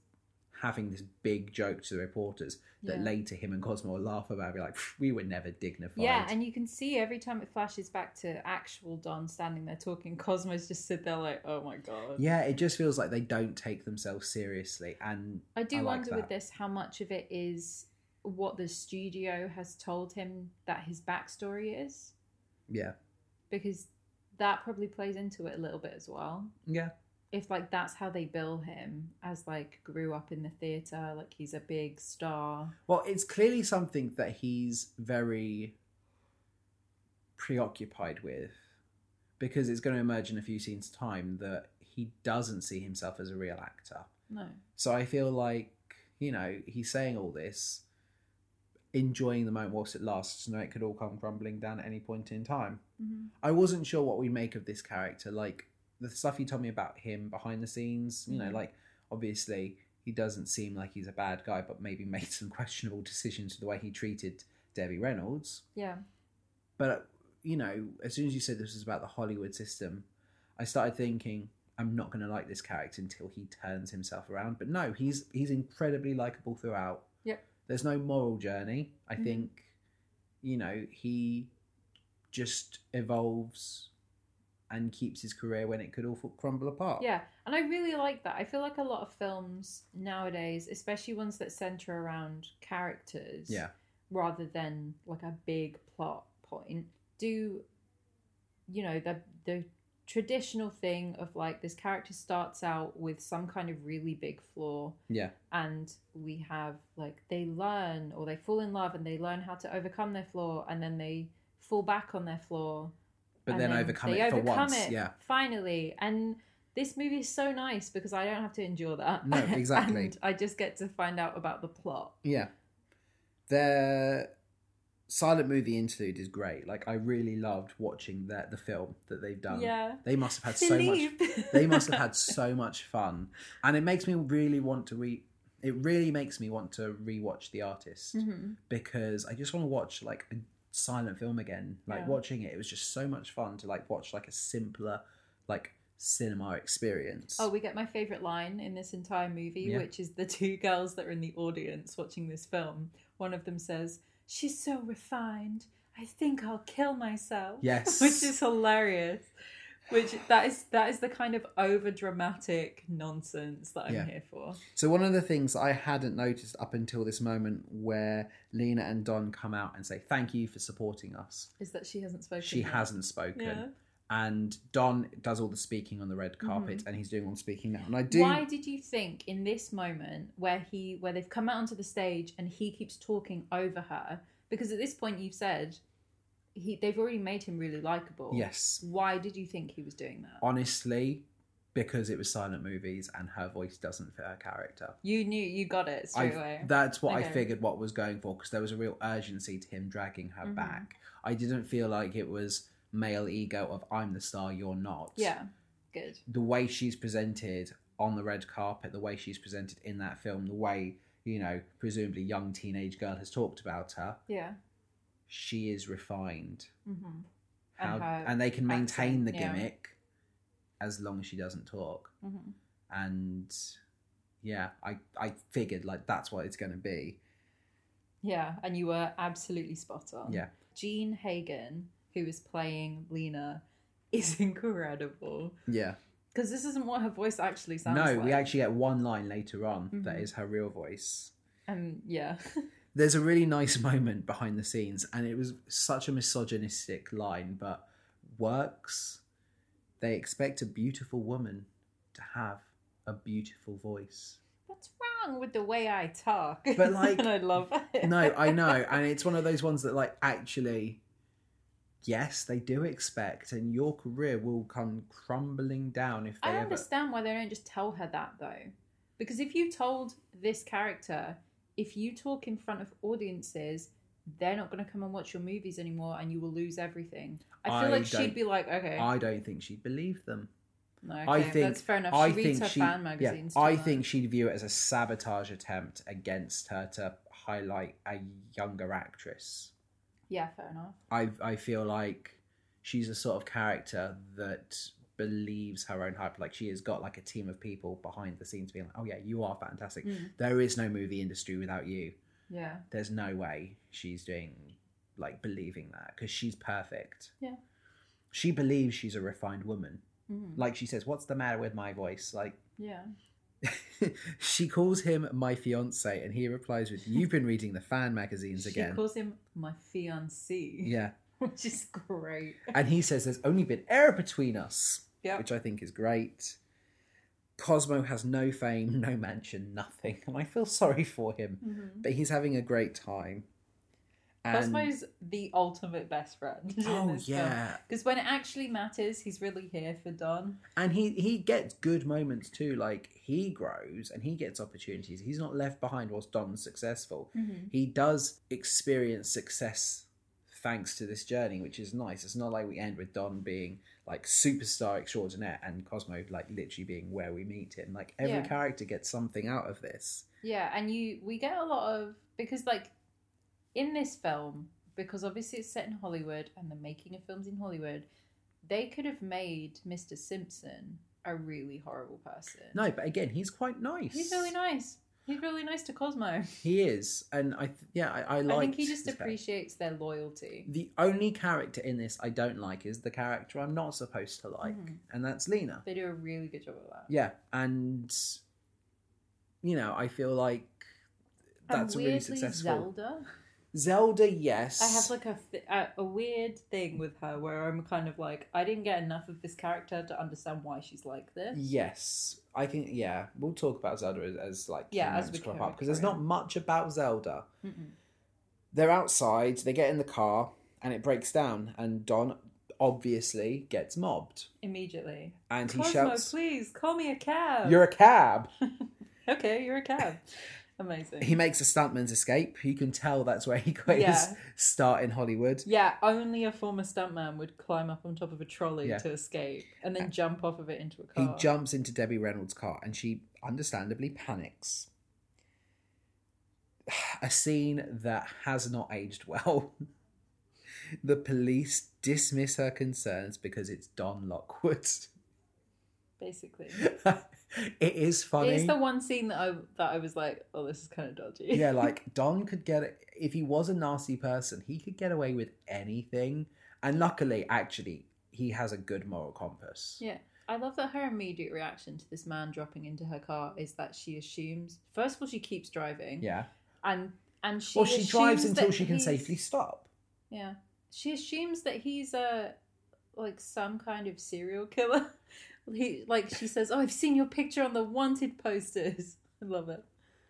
having this big joke to the reporters that Yeah. later him and Cosmo will laugh about. and Be like, "Pff, we were never dignified. Yeah, and you can see every time it flashes back to actual Don standing there talking, Cosmo's just stood there like, oh my god. Yeah, it just feels like they don't take themselves seriously. And I do I like wonder that. with this how much of it is what the studio has told him that his backstory is, yeah, because that probably plays into it a little bit as well. yeah, If like that's how they bill him as like grew up in the theater, like he's a big star. Well, it's clearly something that he's very preoccupied with because it's going to emerge in a few scenes' time that he doesn't see himself as a real actor. No, So I feel like, you know, he's saying all this, enjoying the moment whilst it lasts, knowing it could all come crumbling down at any point in time. Mm-hmm. I wasn't sure what we make of this character. Like the stuff you told me about him behind the scenes, you know, Mhm. like obviously he doesn't seem like he's a bad guy, but maybe made some questionable decisions to the way he treated Debbie Reynolds. yeah, But you know, as soon as you said this was about the Hollywood system, I started thinking I'm not going to like this character until he turns himself around. But no, he's he's incredibly likable throughout. Yep. There's no moral journey. I Mhm. think you know, he just evolves and keeps his career when it could all fall- crumble apart. yeah, and I really like that. I feel like a lot of films nowadays, especially ones that center around characters, Yeah. rather than like a big plot point do you know the the traditional thing of like this character starts out with some kind of really big flaw Yeah. and we have like they learn or they fall in love and they learn how to overcome their flaw and then they fall back on their flaw But and then, overcome they it for overcome once. it Yeah. finally and this movie is so nice because i don't have to endure that No, exactly. and i just get to find out about the plot Yeah. Their silent movie interlude is great. Like I really loved watching that the film that they've done. yeah They must have had so much they must have had so much fun and it makes me really want to re it really makes me want to rewatch the artist Mhm. because i just want to watch like a silent film again like Yeah. watching it it was just so much fun to like watch like a simpler like cinema experience Oh, we get my favorite line in this entire movie, Yeah. which is the two girls that are in the audience watching this film. One of them says, "She's so refined. I think I'll kill myself." Yes. which is hilarious. Which that is that is the kind of over dramatic nonsense that I'm Yeah. here for. so one of the things i hadn't noticed up until this moment where lena and don come out and say thank you for supporting us Is that she hasn't spoken? she yet. hasn't spoken Yeah. Mm-hmm. and don does all the speaking on the red carpet and he's doing all the speaking now and i do Why did you think in this moment where he where they've come out onto the stage and he keeps talking over her? Because at this point you've said he they've already made him really likable. yes Why did you think he was doing that? honestly because it was silent movies and her voice doesn't fit her character You knew you got it straight away. I, that's what i Okay. figured what was going for because there was a real urgency to him dragging her Mhm. back i didn't feel like it was male ego of i'm the star you're not yeah. Good. the way she's presented on the red carpet the way she's presented in that film the way you know presumably young teenage girl has talked about her Yeah. she is refined hmm how And and, her they can maintain accent, the yeah. Mm-hmm. gimmick as long as she doesn't talk hmm and yeah, I I figured like that's what it's going to be. Yeah, and you were absolutely spot on. Yeah. Jean Hagen, who is playing Lena, is incredible. Yeah. Because this isn't what her voice actually sounds no, like. we actually get one line later on that Mhm. is her real voice. Um, yeah. There's a really nice moment behind the scenes, and it was such a misogynistic line, but works. They expect a beautiful woman to have a beautiful voice. What's wrong with the way I talk? But, like, and I love it. No, I know, and it's one of those ones that, like, actually, yes, they do expect, and your career will come crumbling down if they I ever. understand why they don't just tell her that though. Because if you told this character, if you talk in front of audiences, they're not going to come and watch your movies anymore and you will lose everything. I feel I like don't- she'd be like, okay, I don't think she believed them. no, okay I think- that's fair enough. She I reads think her she, fan yeah, magazines. I too think much. she'd view it as a sabotage attempt against her to highlight a younger actress. Yeah, fair enough. I I feel like she's a sort of character that believes her own hype. Like she has got like a team of people behind the scenes being like, oh yeah, you are fantastic. Mm, There is no movie industry without you. yeah. There's no way she's doing like believing that because she's perfect. Yeah. She believes she's a refined woman. Mm, Like she says, what's the matter with my voice? Like. yeah. she calls him my fiance, and he replies with, "You've been reading the fan magazines She again." calls him my fiance. yeah, Which is great. and he says, "There's only been air between us," Yeah. which I think is great. Cosmo has no fame, no mansion, nothing, and I feel sorry for him, Mhm. but he's having a great time. And, Cosmo's the ultimate best friend. in oh this film. yeah, Because when it actually matters, he's really here for Don. and he he gets good moments too. Like he grows and he gets opportunities. He's not left behind whilst Don's successful. he does experience success thanks to this journey, which is nice. It's not like we end with Don being like superstar extraordinaire and Cosmo like literally being where we meet him. Like every Yeah. character gets something out of this. Yeah, and you we get a lot of because like in this film, because obviously it's set in Hollywood and the making of films in Hollywood, they could have made Mr. Simpson a really horrible person. No, but again, he's quite nice. He's really nice. He's really nice to Cosmo. He is, and I th- yeah, I, I like. I think he just this character. appreciates their loyalty. The only character in this I don't like is the character I'm not supposed to like, Mhm. and that's Lena. They do a really good job of that. Yeah, and you know, I feel like And that's really weirdly, successful. Zelda. Zelda, yes. I have like a, th- a- a weird thing with her where I'm kind of like I didn't get enough of this character to understand why she's like this. yes, I can. Yeah, we'll talk about Zelda as, as like key Yeah, as moments we crop carry- up because there's carry not much about Zelda. They're outside. They get in the car, and it breaks down. And Don obviously gets mobbed, Immediately, and he Cosmo, shouts, please call me a cab. "You're a cab!" okay. You're a cab. Amazing. He makes a stuntman's escape. You can tell that's where he got his Yeah. start in Hollywood. yeah, only a former stuntman would climb up on top of a trolley Yeah. to escape and then jump off of it into a He car. jumps into Debbie Reynolds' car and she understandably panics. A scene that has not aged well. the police dismiss her concerns because it's Don Lockwood. Basically, it is funny. it's the one scene that I that I was like, oh, this is kind of dodgy. yeah, like Don could get if he was a nasty person, he could get away with anything. And luckily, actually, he has a good moral compass. Yeah. I love that her immediate reaction to this man dropping into her car is that she assumes first of all she keeps driving. Yeah. And and she well, she drives assumes until that she can he's- safely stop. Yeah. She assumes that he's a like some kind of serial killer. he like she says, Oh, I've seen your picture on the wanted posters. I love it.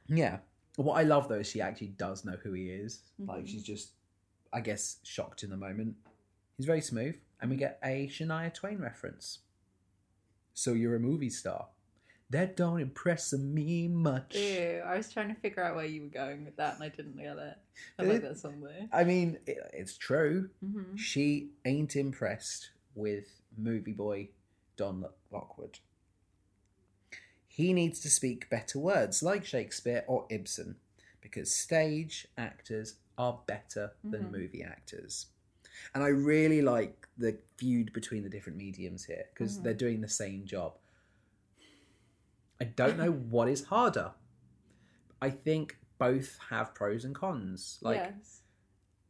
Yeah. What I love though is she actually does know who he is. Like Mhm. she's just, I guess, shocked in the moment. He's very smooth, and we get a Shania Twain reference. So you're a movie star. That don't impress me much. Ew, I was trying to figure out where you were going with that and I didn't get it. I like that song though. I mean, it, it's true. hmm She ain't impressed with movie boy Don Lock- Lockwood. He needs to speak better words like Shakespeare or Ibsen because stage actors are better than Mhm. movie actors. And I really like the feud between the different mediums here because Mhm. they're doing the same job. I don't know what is harder. I think both have pros and cons. Like, yes.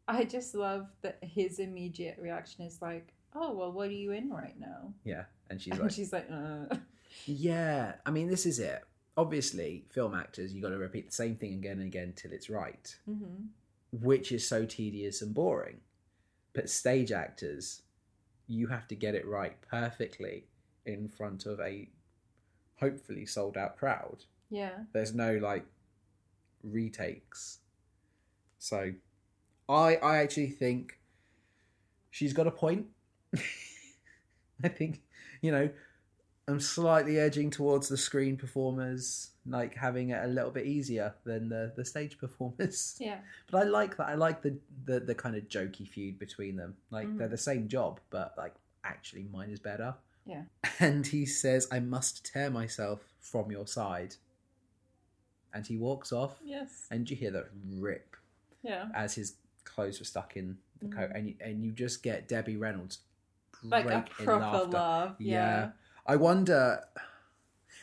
I just love that his immediate reaction is like, "Oh well, what are you in right now?" yeah. And she's and like, she's like, uh. yeah. I mean, this is it. Obviously, film actors, you got to repeat the same thing again and again till it's right, hmm which is so tedious and boring. But stage actors, you have to get it right perfectly in front of a hopefully sold out crowd. "Yeah, there's no like retakes so i i actually think she's got a point i think you know i'm slightly edging towards the screen performers like having it a little bit easier than the the stage performers yeah, but i like that i like the the, the kind of jokey feud between them like Mhm. they're the same job but like actually mine is better Yeah. and he says i must tear myself from your side and he walks off yes, and you hear that rip yeah." as his clothes were stuck in the Mhm. coat and you, and you just get debbie reynolds Like a break in proper laughter. love, yeah, I wonder.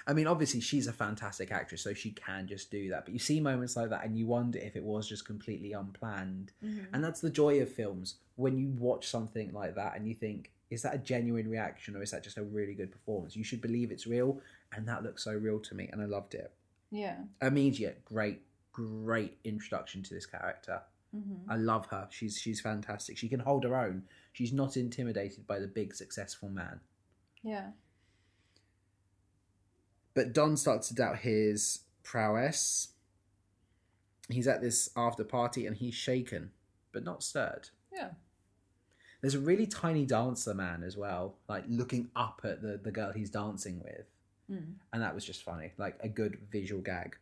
I mean, obviously, she's a fantastic actress, so she can just do that. But you see moments like that, and you wonder if it was just completely unplanned. Mhm. And that's the joy of films when you watch something like that and you think, is that a genuine reaction or is that just a really good performance? You should believe it's real, and that looks so real to me, and I loved it. yeah. Immediate, great, great introduction to this character. hmm I love her. She's she's fantastic. She can hold her own. She's not intimidated by the big successful man. yeah, But Don starts to doubt his prowess. He's at this after party and he's shaken, but not stirred. yeah, There's a really tiny dancer man as well, like looking up at the, the girl he's dancing with. Mm. And that was just funny, like a good visual gag.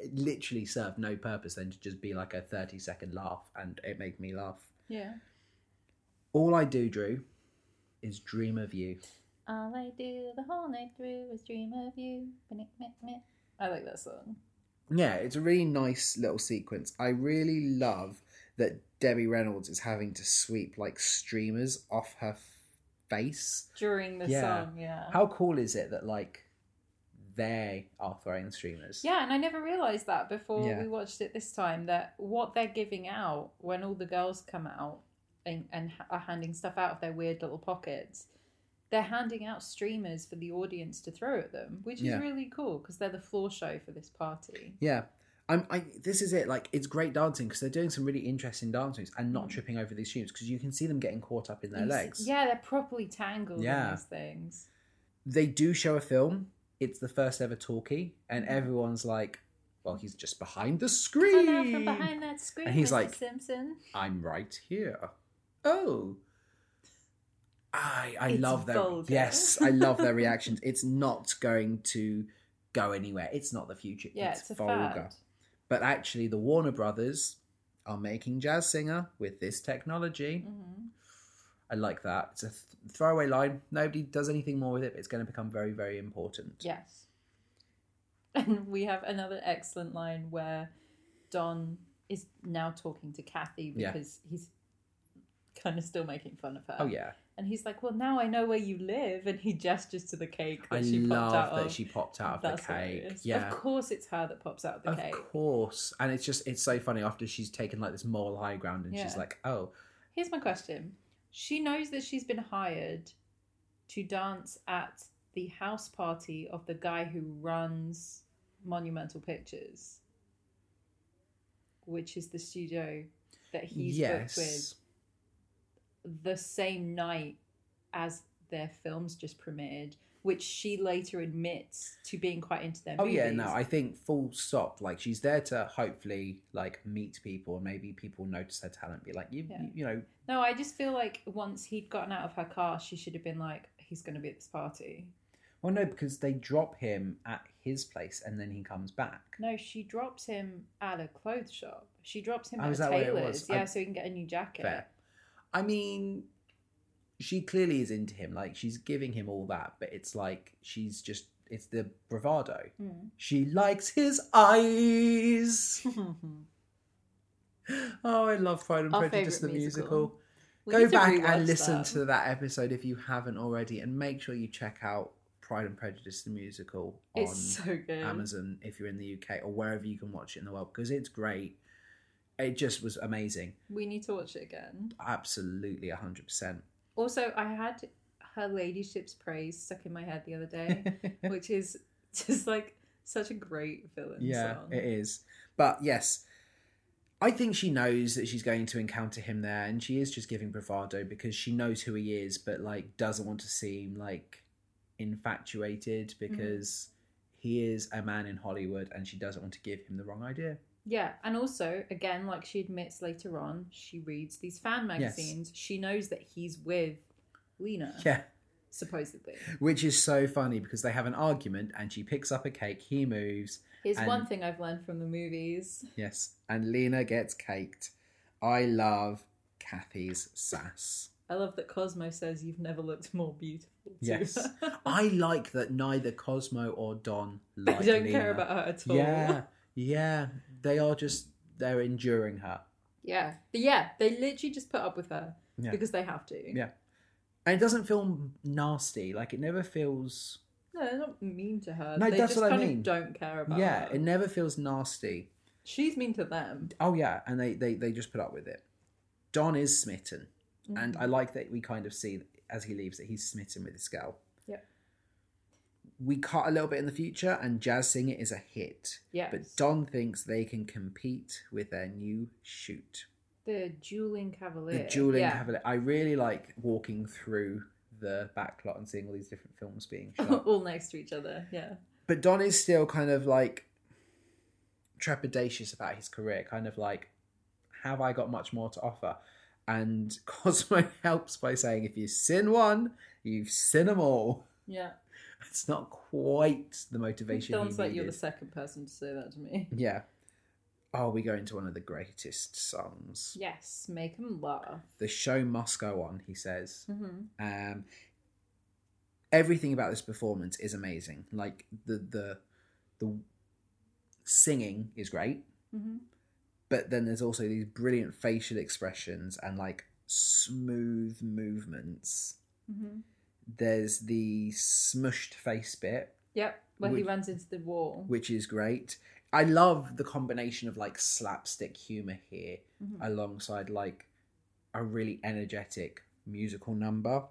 It literally served no purpose then to just be like a 30 second laugh, and it made me laugh. yeah. All I do, Drew, is dream of you. All I do the whole night through is dream of you. I like that song. Yeah, it's a really nice little sequence. I really love that Debbie Reynolds is having to sweep like streamers off her f- face. During the Yeah. song, yeah. How cool is it that like they are throwing streamers? yeah, and I never realised that before Yeah. we watched it this time that what they're giving out when all the girls come out and, and ha- are handing stuff out of their weird little pockets, they're handing out streamers for the audience to throw at them, which is Yeah. really cool because they're the floor show for this party. yeah. I'm. I this is it. Like it's great dancing because they're doing some really interesting dance moves and not Mm. tripping over these streamers because you can see them getting caught up in their You see- legs. yeah, they're properly tangled Yeah. in these things. They do show a film. It's the first ever talkie, and Mhm. everyone's like, "Well, he's just behind the Come screen." out from behind that screen, And he's Mr. like- Simpson. I'm right here. Oh. I I It's love their vulgar. yes, I love their reactions. It's not going to go anywhere. It's not the future. Yeah, it's, a fact. But actually, the Warner Brothers are making Jazz Singer with this technology. hmm I like that. It's a th- throwaway line. Nobody does anything more with it. But it's going to become very very important. Yes. And we have another excellent line where Don is now talking to Kathy Yeah. because he's kind of still making fun of her. Oh yeah, And he's like, Well, now I know where you live. And he gestures to the cake that I she popped out love that of. she popped out of That's the cake. hilarious. Yeah, Of course, it's her that pops out of the of cake. course and it's just it's so funny after she's taken like this moral high ground and she's Yeah. like oh Here's my question She knows that she's been hired to dance at the house party of the guy who runs Monumental Pictures, which is the studio that he's yes booked with the same night as their films just premiered, which she later admits to being quite into their oh movies. yeah no i think full stop like she's there to hopefully like meet people and maybe people notice her talent be like you Yeah. you know No, I just feel like once he'd gotten out of her car, she should have been like, he's going to be at this party. well no because they drop him at his place and then he comes back No, she drops him at a clothes shop. She drops him Oh, at is a that what it tailor's, was? yeah, I- so he can get a new jacket. fair i mean she clearly is into him like she's giving him all that but it's like she's just it's the bravado Mm. she likes his eyes oh i love pride and Our prejudice the favourite musical. musical. We Go need to back rewatch and listen that. to that episode if you haven't already, and make sure you check out Pride and Prejudice the musical on It's so good. Amazon if you're in the UK or wherever you can watch it in the world because it's great. It just was amazing. We need to watch it again. Absolutely 100%. Also, I had her ladyship's praise stuck in my head the other day, which is just like such a great villain yeah, song. it is. But yes, I think she knows that she's going to encounter him there and she is just giving bravado because she knows who he is but like doesn't want to seem like infatuated because he is a man in Hollywood and she doesn't want to give him the wrong idea. Yeah, and also, again, like she admits later on, she reads these fan magazines. She knows that he's with Lena, Yeah. supposedly. Which is so funny because they have an argument and she picks up a cake, he moves, Here's one And- thing I've learned from the movies. yes, and Lena gets caked. I love Kathy's sass. I love that Cosmo says you've never looked more beautiful. to Yes. her. I like that neither Cosmo or Don I like don't Lena. care about her at all. Yeah, yeah. They are just they're enduring her. Yeah. But yeah, they literally just put up with her Yeah. because they have to. Yeah. And it doesn't feel nasty. Like it never feels No, they're not mean to her. No, they that's just what I kind mean. of don't care about Yeah, her. it never feels nasty. She's mean to them. Oh yeah, and they they they just put up with it. Don is smitten, and Mm. I like that we kind of see as he leaves that he's smitten with this girl. Yep. We cut a little bit in the future, and Jazz Singer is a hit. Yes. But Don thinks they can compete with their new shoot, The dueling cavalier. the Dueling yeah. Cavalier. I really like walking through the backlot and seeing all these different films being shot. all next to each other. Yeah. But Don is still kind of like trepidatious about his career, kind of like, have I got much more to offer? And Cosmo helps by saying, if you sin one, you've sinned them all. Yeah. It's not quite the motivation. he Don's like, you're the needed. second person to say that to me. Yeah. Oh, we go into one of the greatest songs. Yes, make him laugh. The show must go on, he says. Mm-hmm. Um, everything about this performance is amazing. Like the the the singing is great. Mm-hmm. but then there's also these brilliant facial expressions and like smooth movements. Mm-hmm. There's the smushed face bit, Yep. Where he Which- runs into the wall. which is great. I love the combination of like slapstick humor here Mhm. alongside like a really energetic musical number.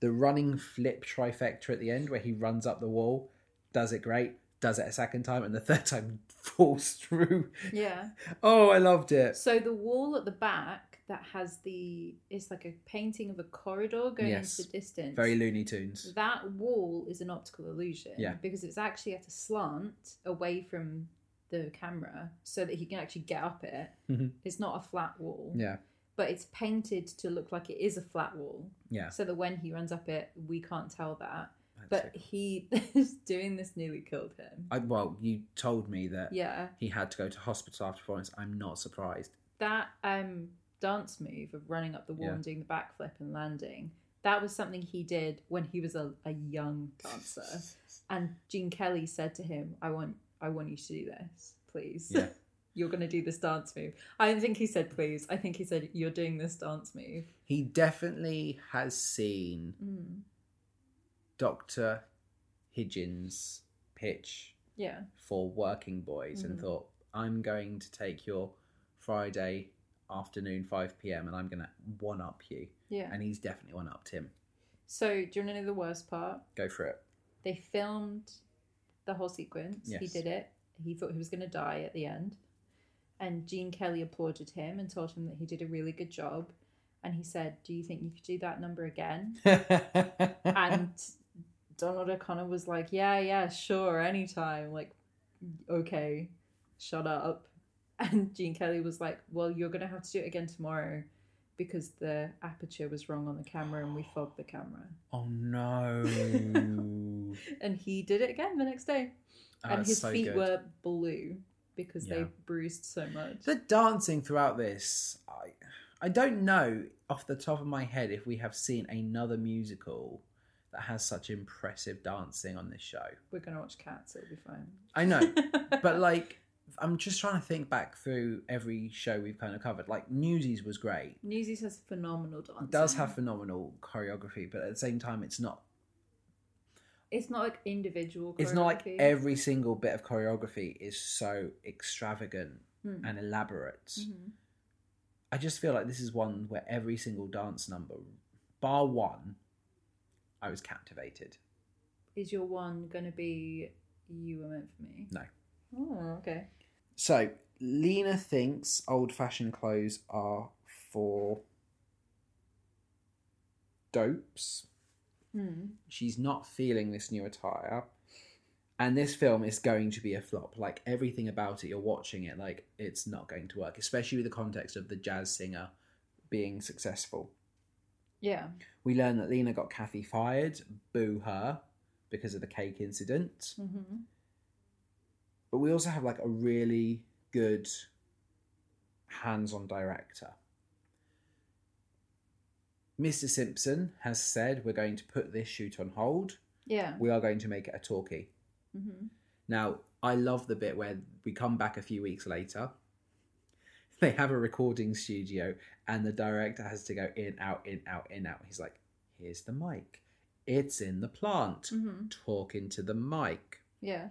The running flip trifecta at the end where he runs up the wall, does it great, does it a second time, and the third time falls through. Yeah. Oh, I loved it. So the wall at the back that has the it's like a painting of a corridor going Yes. into the distance. Very Looney Tunes. that wall is an optical illusion Yeah. because it's actually at a slant away from the camera so that he can actually get up it. Mhm. It's not a flat wall, Yeah, but it's painted to look like it is a flat wall yeah. so that when he runs up it, we can't tell that. That's it. But he is doing this nearly killed him. I, well, you told me that Yeah, he had to go to hospital after performance. I'm not surprised. that um dance move of running up the wall Yeah. and doing the backflip and landing. That was something he did when he was a, a young dancer, and Gene Kelly said to him, "I want, I want you to do this, please. Yeah. You're going to do this dance move." I don't think he said please. I think he said you're doing this dance move. He definitely has seen Mm. Dr. Higgins' pitch Yeah, for working boys and Mhm. thought, I'm going to take your Friday afternoon, 5 p.m., and I'm going to one up you. yeah. And he's definitely one upped him. so, do you want to know the worst part? Go for it. They filmed the whole sequence. He Yes. did it. He thought he was going to die at the end. And Gene Kelly applauded him and told him that he did a really good job. And he said, Do you think you could do that number again? and Donald O'Connor was like, Yeah, yeah, sure, anytime. Like, okay, shut up. And Gene Kelly was like, Well, you're going to have to do it again tomorrow because the aperture was wrong on the camera and we fogged the camera. oh no. And he did it again the next day Oh, and it's his so feet good. were blue because they Yeah. bruised so much. The dancing throughout this, I I don't know off the top of my head if we have seen another musical that has such impressive dancing on this show. We're gonna watch cats. It'll be fine. I know, but like I'm just trying to think back through every show we've kind of covered. Like Newsies was great. Newsies has phenomenal dance. It does have phenomenal choreography, but at the same time it's not It's not like individual. It's not like choreography. every single bit of choreography is so extravagant Mm. and elaborate. Mhm. I just feel like this is one where every single dance number, bar one, I was captivated. Is your one gonna be you were meant for me? No. Oh, okay. So Lena thinks old fashioned clothes are for dopes. Hmm. She's not feeling this new attire. And this film is going to be a flop. Like everything about it, you're watching it, like it's not going to work, especially with the context of the jazz singer being successful. Yeah. We learn that Lena got Kathy fired, boo her, because of the cake incident. Mm-hmm. But we also have like a really good hands on director. Mr. Simpson has said we're going to put this shoot on hold. Yeah. We are going to make it a talkie. Mm-hmm. Now, I love the bit where we come back a few weeks later. They have a recording studio, and the director has to go in, out, in, out, in, out. He's like, here's the mic. It's in the plant. Mm-hmm. Talking to the mic. Yeah.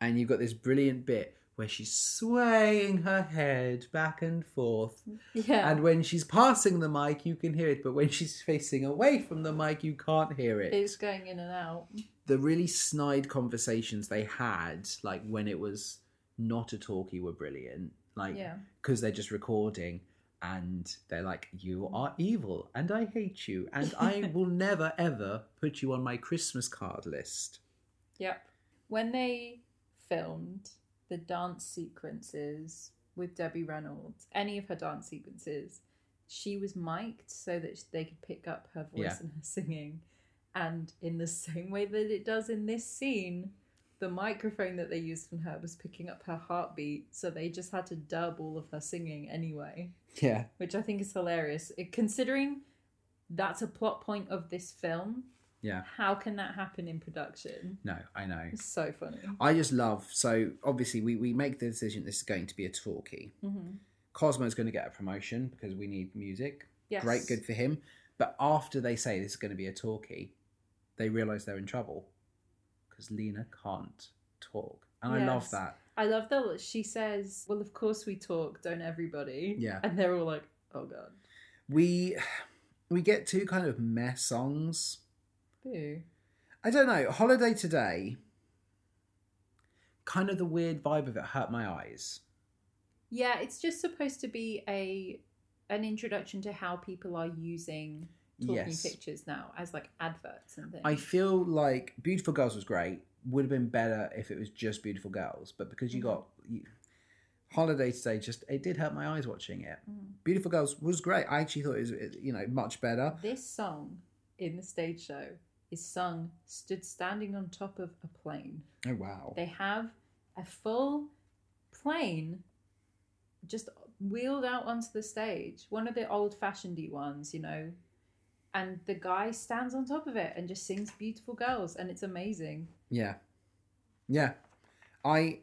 And you've got this brilliant bit where she's swaying her head back and forth. Yeah. And when she's passing the mic, you can hear it. But when she's facing away from the mic, you can't hear it it's going in and out. the really snide conversations they had, like when it was not a talkie, were brilliant. Like, Yeah. because they're just recording and they're like, You are evil and I hate you and I will never ever put you on my Christmas card list. Yep. When they filmed the dance sequences with Debbie Reynolds, any of her dance sequences, she was mic'd so that they could pick up her voice Yeah. and her singing. And in the same way that it does in this scene, the microphone that they used on her was picking up her heartbeat, so they just had to dub all of her singing anyway, Yeah. which I think is hilarious. It- considering that's a plot point of this film, Yeah. how can that happen in production? No, I know. It's so funny. I just love, so obviously, we, we make the decision this is going to be a talkie. Mm-hmm. Cosmo's going to get a promotion because we need music. Yes. Great, good for him. But after they say this is going to be a talkie, they realise they're in trouble because Lena can't talk. And I love Yes. that. I love that she says, "Well, of course we talk, don't everybody?" Yeah. and they're all like, "Oh god, We we get two kind of meh songs. boo." I don't know. Holiday today. Kind of the weird vibe of it hurt my eyes. Yeah, it's just supposed to be a an introduction to how people are using talking yes. pictures now as like adverts and things. I feel like Beautiful Girls was great. Would have been better if it was just Beautiful Girls, but because you Mhm. got you, Holiday today, just it did hurt my eyes watching it. Mm. Beautiful Girls was great. I actually thought it was it- you know much better. this song in the stage show is sung stood standing on top of a plane. Oh wow! They have a full plane just wheeled out onto the stage, one of the old fashioned ones, you know. And the guy stands on top of it and just sings Beautiful Girls, and it's amazing. Yeah, yeah. I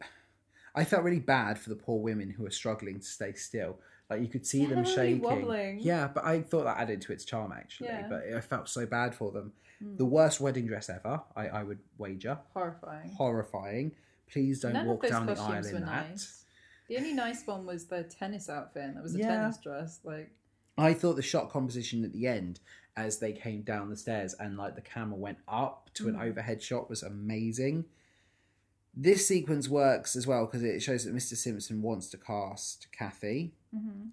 I felt really bad for the poor women who are struggling to stay still. Like you could see Yeah, them they're really shaking. wobbling. Yeah, but I thought that added to its charm actually. Yeah. But I felt so bad for them. Mm. The worst wedding dress ever. I I would wager. Hmm. Horrifying. horrifying. Please don't None of walk those down the aisle costumes were in that. nice. The only nice one was the tennis outfit, and that was a Yeah. tennis dress. Like, I thought the shot composition at the end, as they came down the stairs and like the camera went up to an Mhm. overhead shot, was amazing. This sequence works as well because it shows that Mr. Simpson wants to cast Kathy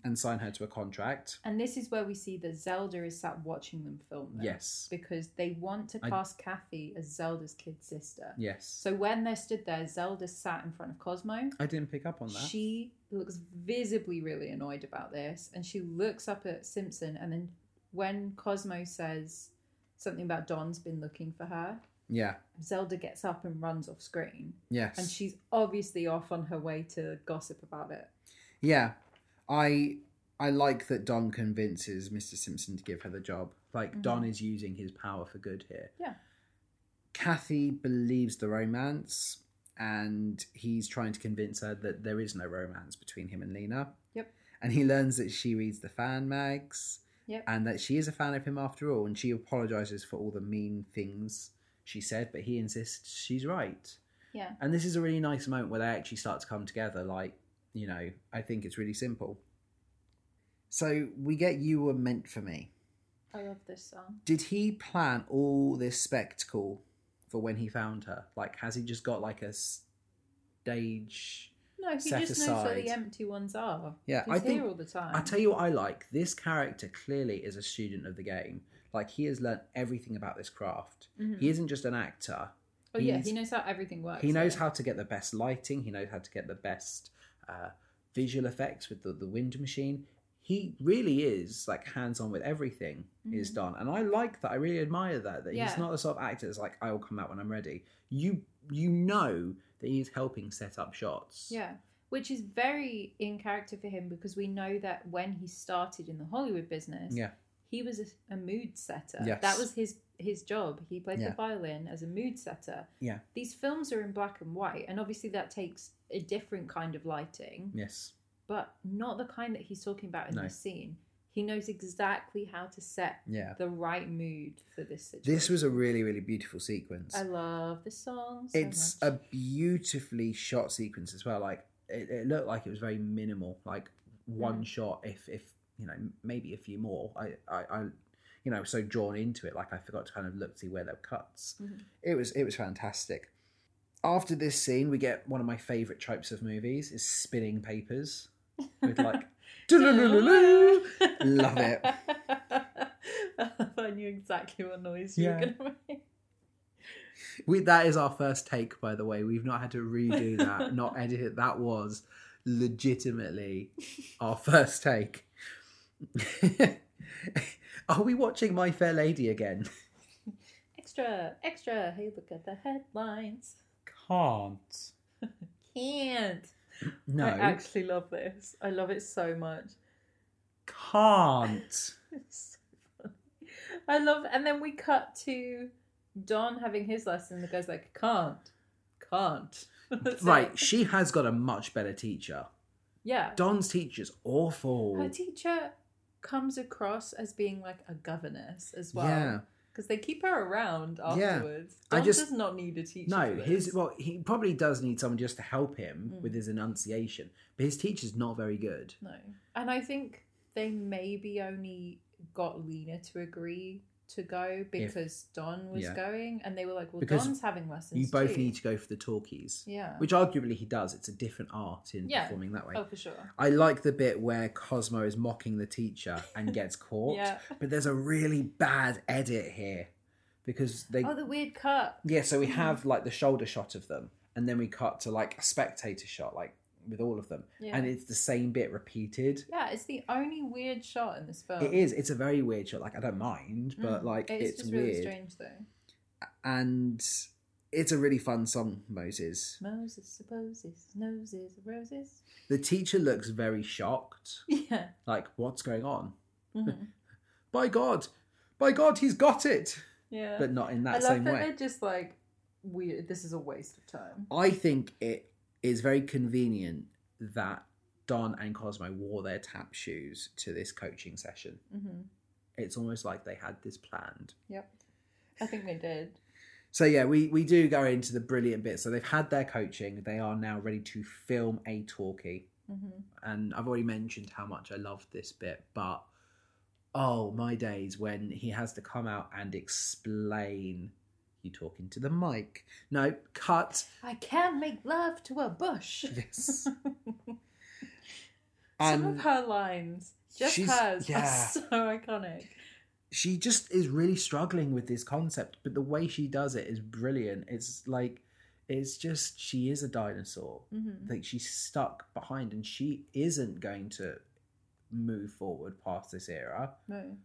and sign her to a contract. and this is where we see that Zelda is sat watching them film. This, Yes, because they want to I- cast Kathy as Zelda's kid sister. yes. So when they stood there, Zelda sat in front of Cosmo. I didn't pick up on that. She looks visibly really annoyed about this, and she looks up at Simpson. And then when Cosmo says something about Don's been looking for her, Yeah, Zelda gets up and runs off screen, yes, and she's obviously off on her way to gossip about it. yeah. I I like that Don convinces Mr. Simpson to give her the job. Like Mhm. Don is using his power for good here. Yeah. Kathy believes the romance and he's trying to convince her that there is no romance between him and Lena. Yep. And he learns that she reads the fan mags Yep. and that she is a fan of him after all and she apologizes for all the mean things she said, but he insists she's right. Yeah. And this is a really nice moment where they actually start to come together. Like, you know, I think it's really simple. So we get You Were Meant for Me. I love this song. Did he plan all this spectacle for when he found her? Like, has he just got like a stage? No, he Set just knows where aside. the empty ones are. Yeah, He's I here think- all the time. I tell you what I like. This character clearly is a student of the game. Like, he has learned everything about this craft. Mhm. He isn't just an actor. oh yeah, he's- he knows how everything works. He knows here. how to get the best lighting. He knows how to get the best uh, visual effects with the, the wind machine. He really is like hands on with everything is Mhm. done, and I like that. I really admire that. That Yeah. he's not the sort of actor that's like, "I'll come out when I'm ready." You you know that he's helping set up shots. Yeah, which is very in character for him because we know that when he started in the Hollywood business, yeah, he was a, a mood setter. Yes. That was his his job. He played Yeah. the violin as a mood setter. Yeah. These films are in black and white, and obviously that takes a different kind of lighting, yes, but not the kind that he's talking about in No. this scene. He knows exactly how to set yeah. the right mood for this situation. This was a really really beautiful sequence. I love this song. Oh, So it's much. a beautifully shot sequence as well like it, it looked like it was very minimal like one shot if if you know maybe a few more i i, I you know so drawn into it like i forgot to kind of look to see where there were cuts Mhm. it was it was fantastic after this scene we get one of my favorite tropes of movies is spinning papers with like "Doo-doo-doo-doo-doo." Love it. I knew exactly what noise you Yeah. were gonna make. we, that is our first take by the way we've not had to redo that not edit it that was legitimately our first take are we watching my fair lady again Extra, extra. Hey, look at the headlines. can't Can't. no I actually love this. I love it so much. can't It's so funny. I love, and then we cut to Don having his lesson. The guy's like, "Can't, can't." That's it. right she has got a much better teacher Yeah. don's teacher's Her awful teacher comes across as being like a governess as well. yeah Because they keep her around Yeah. afterwards. I Don just- does not need a teacher. no for his this. well he probably does need someone just to help him Mm. with his enunciation but his teacher's not very good No. And I think they maybe only got Lena to agree to go because Don was yeah. going, and they were like, "Well, Because Don's having lessons. you both too. need to go for the talkies Yeah. which arguably he does it's a different art in Yeah. performing that way oh, for sure. i like the bit where cosmo is mocking the teacher and gets caught Yeah. but there's a really bad edit here because they Oh, Mm. the weird cut. yeah so we have like the shoulder shot of them and then we cut to like a spectator shot like with all of them Yeah. and it's the same bit repeated yeah, it's the only weird shot in this film. it is it's a very weird shot like i don't mind but Oh. Mm. like it's, it's, just weird really strange though. and it's a really fun song moses Moses supposes noses are roses. the teacher looks very shocked Yeah. like what's going on Mhm. by god by god he's got it Yeah. but not in I that love same that way they're just like, we. This is a waste of time. i think it is very convenient that don and cosmo wore their tap shoes to this coaching session hmm it's almost like they had this planned Yep. I think they did. so yeah we, we do go into the brilliant bit so they've had their coaching they are now ready to film a talkie hmm and I've already mentioned how much I loved this bit, but oh my days when he has to come out and explain you talking to the mic. No, cut. I can make love to a bush. Yes. Some of and her lines, just she's- hers, yeah. are so iconic. she just is really struggling with this concept, but the way she does it is brilliant. It's like it's just she is a dinosaur. hmm Like she's stuck behind and she isn't going to move forward past this era. No.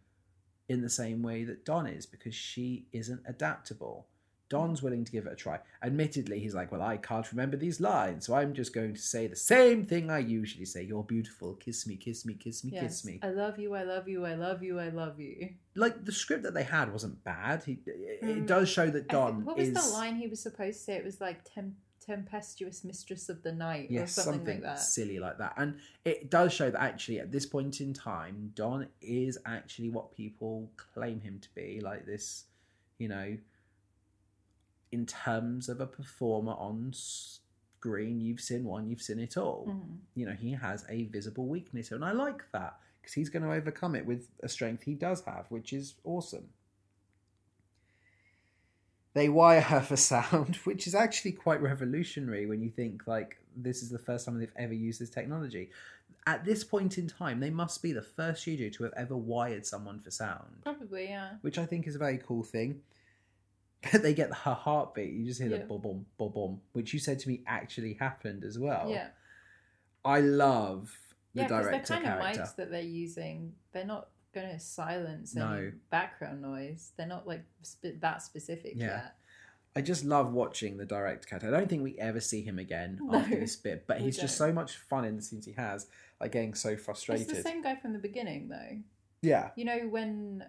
in the same way that Don is because she isn't adaptable. Don's willing to give it a try. Admittedly, he's like, Well, I can't remember these lines, so I'm just going to say the same thing I usually say You're beautiful, kiss me, kiss me, kiss me, Yes. Uh, kiss me. I love you, I love you, I love you, I love you. Like the script that they had wasn't bad. He, it it Hmm. does show that I thi- Don what was is. the line he was supposed to say? It was like tem- tempestuous mistress of the night Yes, or something, something, like that. silly like that. And it does show that actually at this point in time, Don is actually what people claim him to be, like this, you know, in terms of a performer on screen, you've seen one, you've seen it all. Mhm. You know, he has a visible weakness, and I like that because he's going to overcome it with a strength he does have, which is awesome. They wire her for sound, which is actually quite revolutionary when you think like this is the first time they've ever used this technology. At this point in time, they must be the first studio to have ever wired someone for sound Probably, yeah. which I think is a very cool thing. But they get her heartbeat. You just hear Yeah. the bob boom bob boom, which you said to me actually happened as well. Yeah. I love the Yeah, because they're director kind character. of mics that they're using. They're not going to silence any No. background noise. They're not like sp- that specific Yeah. yet. I just love watching the director character. I don't think we ever see him again No, after this bit, but we he's just don't. so much fun in the scenes he has, like getting so frustrated. It's the same guy from the beginning, though. Yeah. You know when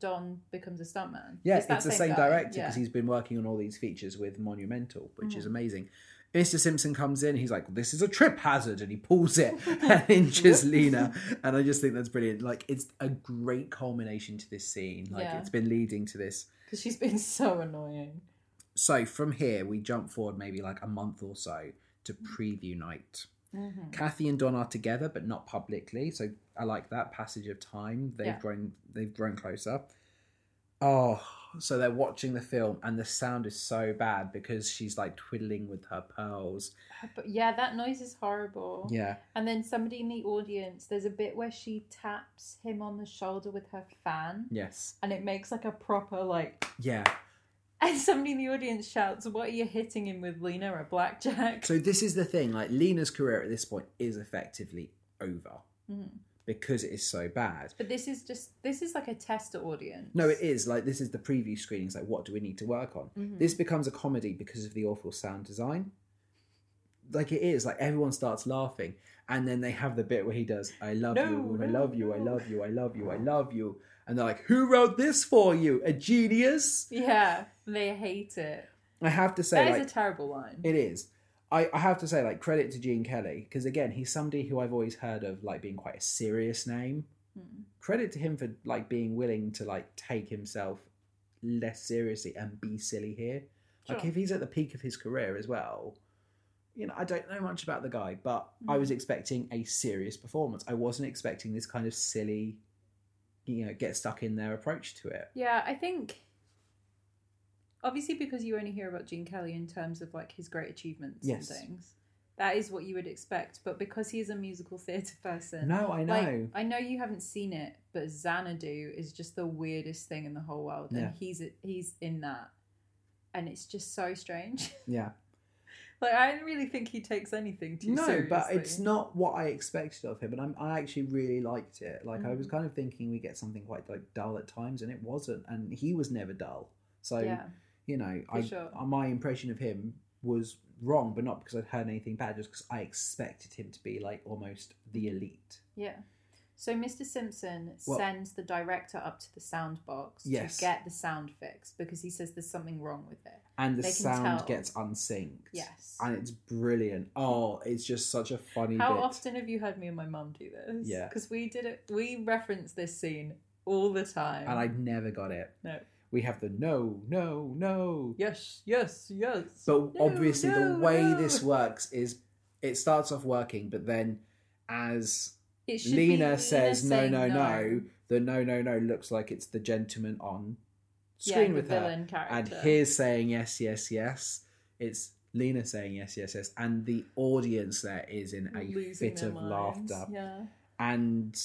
Don becomes a stuntman. Yeah, that it's the same guy. director Yeah. because he's been working on all these features with Monumental, which is Mhm. amazing. Mr. Simpson comes in, he's like, This is a trip hazard, and he pulls it and inches Whoops. Lena. And I just think that's brilliant. Like, it's a great culmination to this scene. Like, Yeah. it's been leading to this. 'Cause she's been so annoying. So, from here, we jump forward maybe like a month or so to preview night. Mhm. Kathy and Don are together, but not publicly. So I like that passage of time. They've Yeah. grown. They've grown closer. Oh, so they're watching the film, and the sound is so bad because she's like twiddling with her pearls. But yeah, that noise is horrible. Yeah, And then somebody in the audience, there's a bit where she taps him on the shoulder with her fan, yes, and it makes like a proper like. yeah. And somebody in the audience shouts, "What are you hitting him with, Lena? A blackjack?" So this is the thing. Like Lena's career at this point is effectively over Mhm. because it is so bad. But this is just this is like a tester audience. No, it is like this is the preview screenings. Like, what do we need to work on? Mhm. This becomes a comedy because of the awful sound design. Like it is, like everyone starts laughing, and then they have the bit where he does, "I love No, you, I no, love you, I no." love you, I love you, I love you," and they're like, "Who wrote this for you? A genius?" Yeah, they hate it. I have to say, That is like, a terrible line. it is. I, I have to say, like, credit to Gene Kelly because again, he's somebody who I've always heard of like being quite a serious name. Mm. Credit to him for like being willing to like take himself less seriously and be silly here. Like Sure. if he's at the peak of his career as well, you know, I don't know much about the guy, but I Mhm. was expecting a serious performance. I wasn't expecting this kind of silly, you know, get stuck in their approach to it. Yeah, I think obviously because you only hear about Gene Kelly in terms of like his great achievements Yes. and things. That is what you would expect, but because he is a musical theatre person, No, I know. like, I know you haven't seen it, but Xanadu is just the weirdest thing in the whole world, Yeah. and he's he's in that, and it's just so strange. yeah. like I don't really think he takes anything too No, seriously. but it's not what I expected of him, and I'm, I actually really liked it. Like I Mhm. was kind of thinking we get something quite like dull at times, and it wasn't. And he was never dull, so yeah. you know, For I sure. uh, my impression of him was wrong, but not because I'd heard anything bad, just because I expected him to be like almost the elite. Yeah. So Mr. Simpson Well- sends the director up to the sound box Yes. to get the sound fixed because he says there's something wrong with it. And the They can sound tell. gets unsynced. Yes. And it's brilliant. Oh, it's just such a funny How bit. often have you heard me and my mum do this? Yeah. Because we did it. We reference this scene all the time. And I never got it. No. We have the no, no, no. Yes, yes, yes. No, But obviously, no, the way no. this works is it starts off working, but then as It should be Lena says no, saying no, no, the no, no, no looks like it's the gentleman on Yeah, screen the with her. villain character. and he's saying yes, yes, yes. It's Lena saying yes, yes, yes, and the audience there is in a Losing fit their of minds. laughter. Yeah. And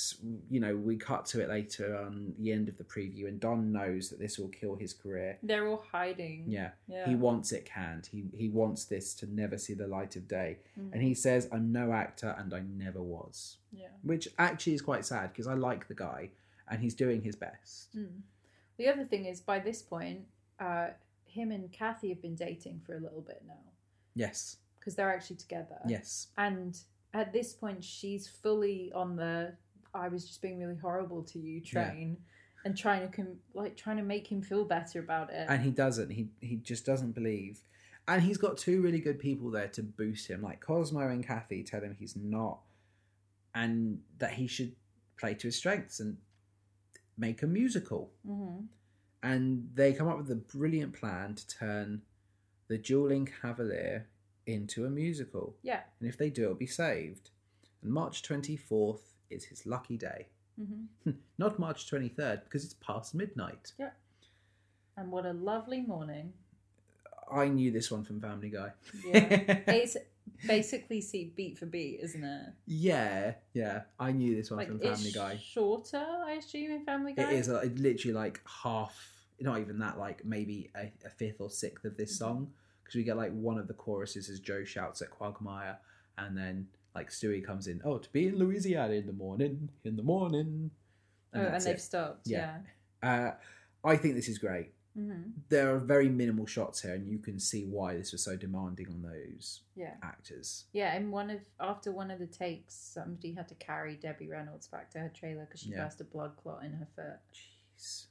you know, we cut to it later on the end of the preview, and Don knows that this will kill his career. They're all hiding. Yeah, Mm-hmm. Yeah. he wants it canned. He he wants this to never see the light of day, Mm. and he says, "I'm no actor, and I never was," yeah. which actually is quite sad because I like the guy, and he's doing his best. Mm. The other thing is, by this point, uh, him and Kathy have been dating for a little bit now Yes, because they're actually together. yes, And at this point, she's fully on the "I was just being really horrible to you" train, and trying to com- like trying to make him feel better about it. and he doesn't. He he just doesn't believe. And he's got two really good people there to boost him, like Cosmo and Kathy. Tell him he's not, and that he should play to his strengths and make a musical. hmm And they come up with a brilliant plan to turn the dueling cavalier into a musical, Yeah. and if they do, it'll be saved. And March 24th is his lucky day. Mm-hmm. Not March 23rd, because it's past midnight. Yeah. And what a lovely morning. I knew this one from Family Guy. Yeah. it's basically see beat for beat, isn't it? yeah, yeah. I knew this one Like from it's Family Guy. shorter, I assume, in Family Guy. It is uh, literally like half, not even that, like maybe a, a fifth or sixth of this Mhm. song. Because we get like one of the choruses as Joe shouts at Quagmire, and then like Stewie comes in, oh, to be in Louisiana in the morning, in the morning. Oh, And and that's they've it. stopped. Yeah. Yeah. Uh, I think this is great. Mm-hmm. There are very minimal shots here, and you can see why this was so demanding on those Yeah. actors. Yeah. And one of after one of the takes, somebody had to carry Debbie Reynolds back to her trailer because she Yeah. burst a blood clot in her foot. Jeez.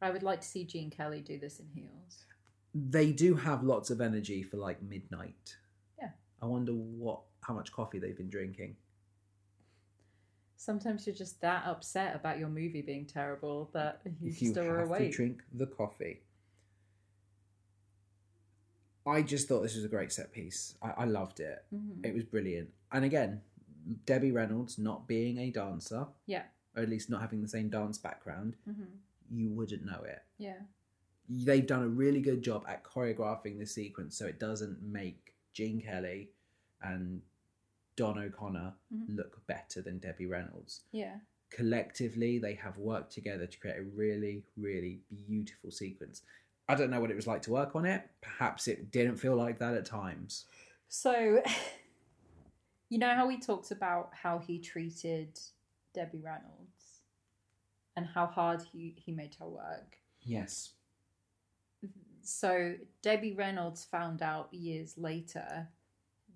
I would like to see Gene Kelly do this in heels. They do have lots of energy for like midnight. Yeah. I wonder what how much coffee they've been drinking. Sometimes you're just that upset about your movie being terrible that you, you still are have awake. to drink the coffee. I just thought this was a great set piece. I, I loved it. Mhm. It was brilliant. And again, Debbie Reynolds not being a dancer, Yeah. or at least not having the same dance background, Mhm. you wouldn't know it. Yeah. They've done a really good job at choreographing this sequence so it doesn't make Gene Kelly and Don O'Connor Mhm. look better than Debbie Reynolds. Yeah. collectively they have worked together to create a really really beautiful sequence i don't know what it was like to work on it perhaps it didn't feel like that at times So, you know how we talked about how he treated Debbie Reynolds and how hard he, he made her work. yes So, Debbie Reynolds found out years later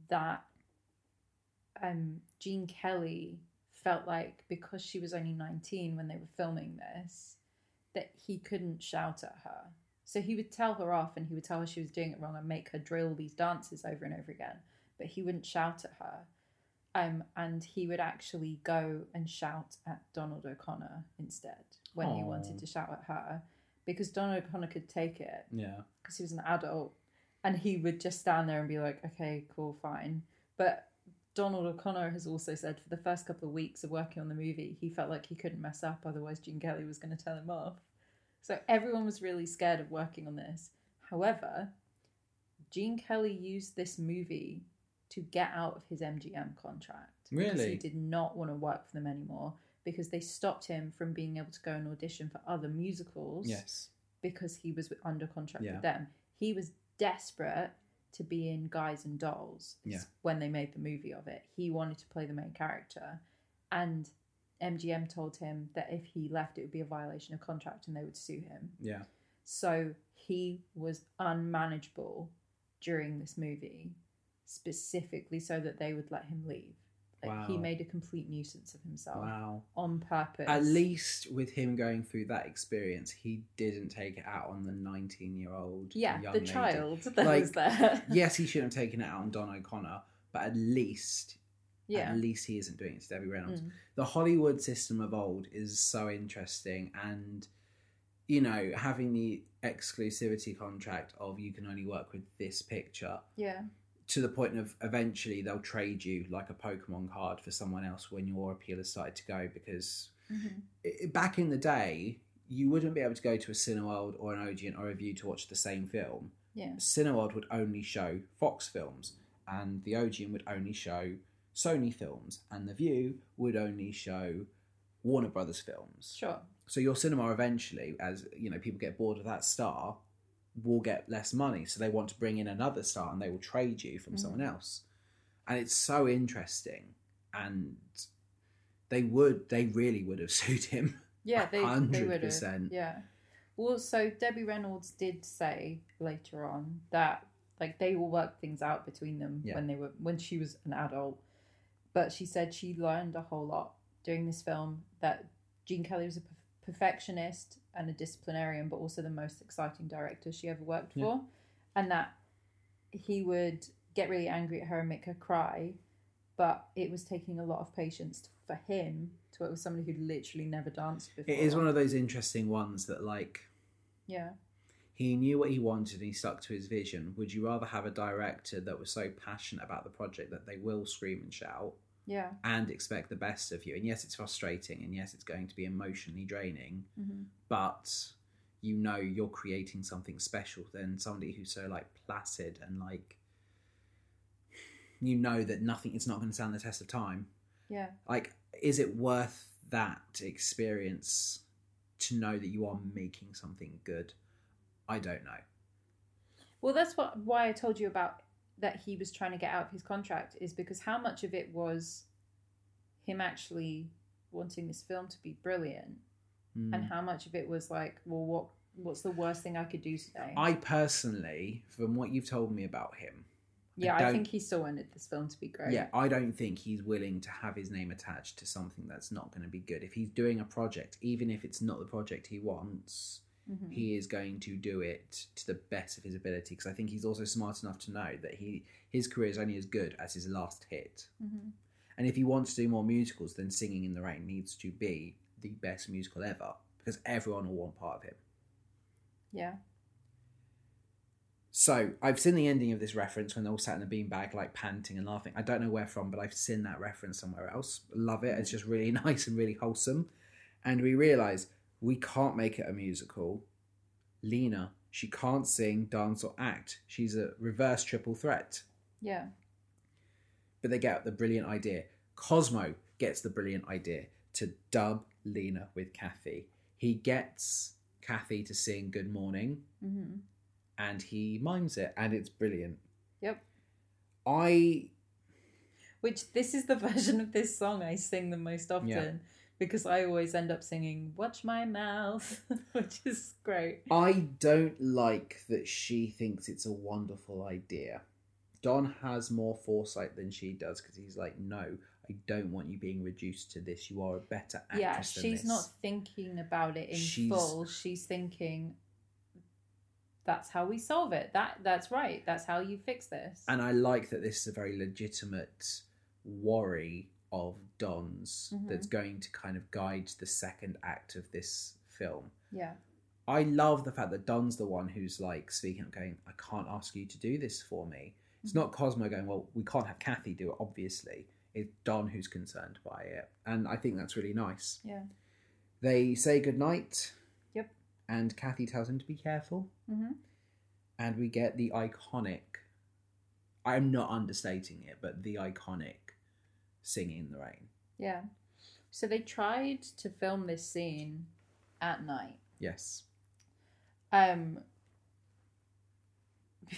that um, Gene Kelly felt like because she was only 19 when they were filming this, that he couldn't shout at her. So he would tell her off and he would tell her she was doing it wrong and make her drill these dances over and over again, but he wouldn't shout at her. Um, and he would actually go and shout at Donald O'Connor instead when he Aw. wanted to shout at her because Donald O'Connor could take it yeah because he was an adult and he would just stand there and be like okay cool fine but donald o'connor has also said for the first couple of weeks of working on the movie he felt like he couldn't mess up otherwise gene kelly was going to tell him off so everyone was really scared of working on this however gene kelly used this movie to get out of his mgm contract because Really? he did not want to work for them anymore because they stopped him from being able to go and audition for other musicals yes because he was under contract Yeah. with them. He was desperate to be in Guys and Dolls Yeah. when they made the movie of it. He wanted to play the main character, and MGM told him that if he left, it would be a violation of contract and they would sue him. yeah So he was unmanageable during this movie, specifically so that they would let him leave. Like he Wow. made a complete nuisance of himself wow on purpose. Oh. at least with him going through that experience he didn't take it out on the 19 year old yeah, young the lady. child that Like, was there. yes he shouldn't have taken it out on don o'connor but at least yeah. at least he isn't doing it to debbie reynolds Mm. the Hollywood system of old is so interesting and you know having the exclusivity contract of you can only work with this picture Yeah. to the point of eventually they'll trade you like a Pokemon card for someone else when your appeal has started to go because i- back in the day you wouldn't be able to go to a Cineworld or an Odeon or a View to watch the same film. Yeah. Cineworld would only show Fox films and the Odeon would only show Sony films, and The View would only show Warner Brothers films. Sure. So your cinema eventually, as you know, people get bored of that star, will get less money. So they want to bring in another star, and they will trade you from Mhm. someone else. And it's so interesting, and they would, they really would have sued him. Yeah, they, they would have. 100%. Yeah. Well, so Debbie Reynolds did say later on that like they will work things out between them Yeah. when they were when she was an adult. But she said she learned a whole lot doing this film that Gene Kelly was a perf- perfectionist and a disciplinarian, but also the most exciting director she ever worked Yeah. for, and that he would get really angry at her and make her cry. But it was taking a lot of patience for him to work with somebody who'd literally never danced before. It is one of those interesting ones that, like, yeah. He knew what he wanted and he stuck to his vision. Would you rather have a director that was so passionate about the project that they will scream and shout Yeah. and expect the best of you? And yes, it's frustrating and yes, it's going to be emotionally draining, Mm-hmm. but you know you're creating something special than somebody who's so like placid and like you know that nothing it's not going to stand the test of time Yeah. like is it worth that experience to know that you are making something good i don't know Well, that's what why I told you about that he was trying to get out of his contract is because how much of it was him actually wanting this film to be brilliant, Mm. and how much of it was like, well, what what's the worst thing I could do today? i personally from what you've told me about him yeah, I I, don't- think he still wanted this film to be great. yeah i don't think he's willing to have his name attached to something that's not going to be good if he's doing a project even if it's not the project he wants Mhm. he is going to do it to the best of his ability because i think he's also smart enough to know that he his career is only as good as his last hit Mhm. And if he wants to do more musicals, then Singing in the Rain needs to be the best musical ever because everyone will want part of him. yeah, So I've seen the ending of this reference when they're all sat in the beanbag, like panting and laughing. I don't know where from, but I've seen that reference somewhere else. Love it. It's just really nice and really wholesome. And we realise we can't make it a musical. Lena, she can't sing, dance, or act. She's a reverse triple threat. yeah, but they get the brilliant idea. Cosmo gets the brilliant idea to dub Lena with Kathy. He gets Kathy to sing Good Morning hmm and he mimes it, and it's brilliant. yep. I Which this is the version of this song I sing the most often because I always end up singing "Watch My Mouth," which is great. I don't like that she thinks it's a wonderful idea. Don has more foresight than she does because he's like, no, I don't want you being reduced to this. You are a better actress yeah than she's this." not thinking about it in She's- full she's thinking that's how we solve it that that's right that's how you fix this And I like that this is a very legitimate worry of Don's Mhm. that's going to kind of guide the second act of this film. yeah I love the fact that Don's the one who's like speaking up, going, I can't ask you to do this for me. It's not Cosmo going, Well, we can't have Kathy do it, obviously. It's Don who's concerned by it. And I think that's really nice. yeah They say goodnight. Yep. And Kathy tells him to be careful hmm and we get the iconic i'm not understating it but the iconic singing in the rain yeah so they tried to film this scene at night yes um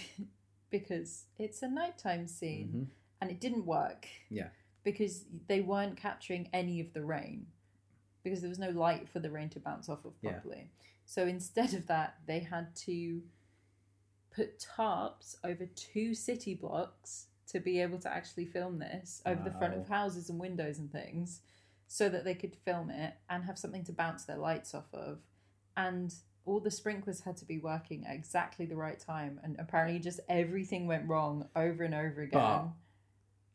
because it's a nighttime scene Mhm. and it didn't work Yeah. because they weren't capturing any of the rain because there was no light for the rain to bounce off of Yeah. properly. So instead of that, they had to put tarps over two city blocks to be able to actually film this over the front of Wow. houses and windows and things so that they could film it and have something to bounce their lights off of. And all the sprinklers had to be working at exactly the right time. And apparently, just everything went wrong over and over again. But-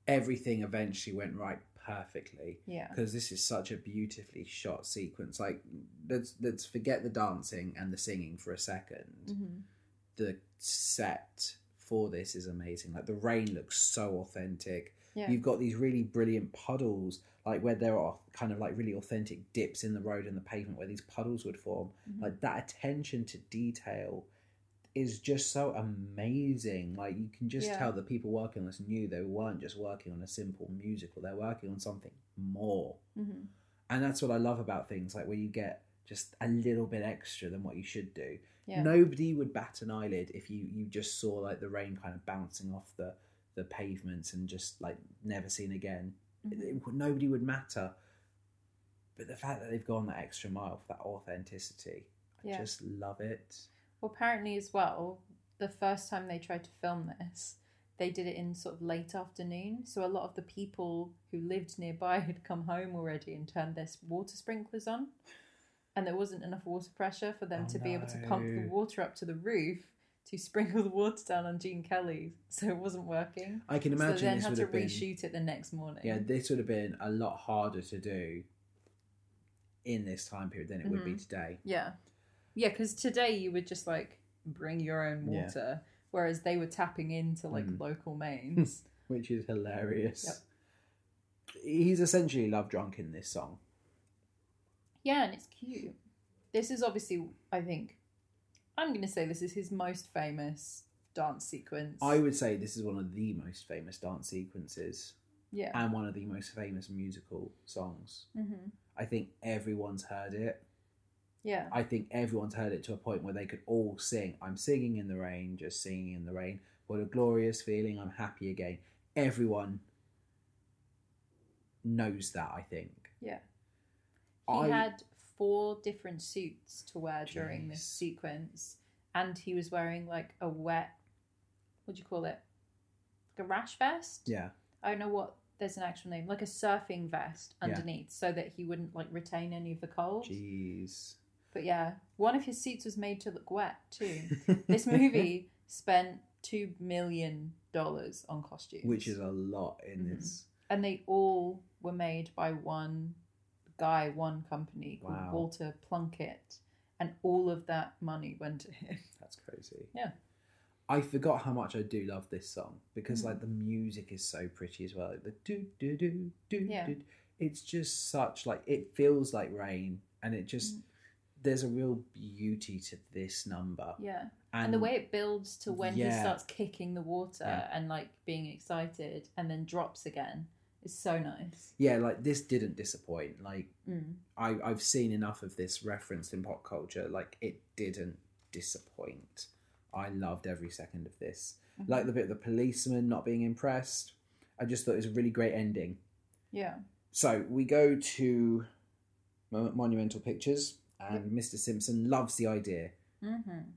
everything eventually went right perfectly yeah. because this is such a beautifully shot sequence like let's let's forget the dancing and the singing for a 2nd hmm the set for this is amazing like the rain looks so authentic Yeah. You've got these really brilliant puddles, like where there are kind of like really authentic dips in the road and the pavement where these puddles would form. Mhm. Like that attention to detail is just so amazing. Like you can just Yeah. tell the people working on this knew they weren't just working on a simple musical, they're working on something more. hmm And that's what I love about things like where you get just a little bit extra than what you should do Yeah. nobody would bat an eyelid if you you just saw like the rain kind of bouncing off the the pavements and just like never seen again Mhm. It would- nobody would matter but the fact that they've gone that extra mile for that authenticity i Yeah. just love it Well, apparently, as well, the first time they tried to film this, they did it in sort of late afternoon. So a lot of the people who lived nearby had come home already and turned their s- water sprinklers on. And there wasn't enough water pressure for them Oh, to be able to pump the no. water up to the roof to sprinkle the water down on Gene Kelly. So it wasn't working. i can imagine so then this had would to have been reshoot it the next morning. yeah this would have been a lot harder to do Mm-hmm. in this time period than it would be today Yeah. Yeah, because today you would just like bring your own Yeah. water, whereas they were tapping into like Mm. local mains. which is hilarious. He's essentially love drunk in this song. Yeah, and it's Cute. This is obviously, I think, I'm going to say this is his most famous dance sequence. I would say this is one of the most famous dance sequences yeah. and one of the most famous musical songs. Mhm. I think everyone's heard it. yeah, I think everyone's heard it to a point where they could all sing. I'm singing in the rain, just singing in the rain. What a glorious feeling. I'm happy again. Everyone knows that, I think. Yeah. he I, had four different suits to wear during this Jeez. sequence, and he was wearing like a wet, what do you call it, like a rash vest. yeah. I don't know what there's an actual name, like a surfing vest Yeah. underneath, so that he wouldn't like retain any of the cold. Jeez. But yeah, one of his suits was made to look wet too. this movie spent two million dollars on costumes, Which is a lot in Mhm. this. and they all were made by one guy, one company called Wow. Walter Plunkett, and all of that money went to him. That's crazy. Yeah. I forgot how much I do love this song because Mhm. like the music is so pretty as well. Like, the do do do do Yeah. do. It's just such like it feels like rain, and it just Mm. there's a real beauty to this number. Yeah, and the way it builds to when he Yeah. starts kicking the water Yeah. and like being excited, and then drops again is so nice. yeah, like this didn't disappoint. Like Mm. I I've seen enough of this referenced in pop culture. Like it didn't disappoint. I loved every second of this. Mm-hmm. Like the bit of the policeman not being impressed. I just thought it was a really great ending. yeah, So we go to Mon- Monumental Pictures, and Mr. Simpson loves the idea. Mm-hmm. hmm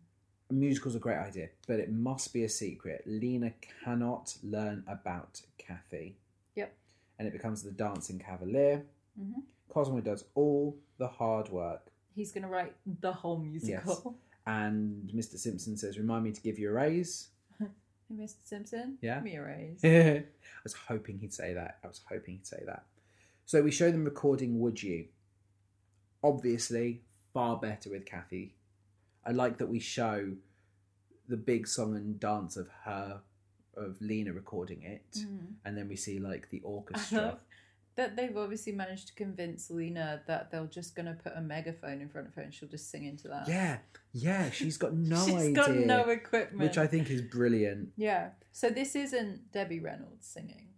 A musical's a great idea, but it must be a secret. Lena cannot learn about Kathy. Yep. And it becomes the dancing cavalier. Mhm. Cosmo does all the hard work, he's gonna write the whole musical. and Mr. Simpson says, "Remind me to give you a raise." Hey, Mr. Simpson, Yeah. give me a raise. I was hoping he'd say that. I was hoping he'd say that. So we show them recording Would You? Obviously, far better with Kathy. I like that we show the big song and dance of her, of Lena recording it, Mhm. and then we see like the I orchestra. love that they've obviously managed to convince Lena that they're just gonna put a megaphone in front of her and she'll just sing into that. Yeah, yeah, she's got no She's idea. got no equipment. which I think is brilliant. Yeah. So this isn't Debbie Reynolds singing.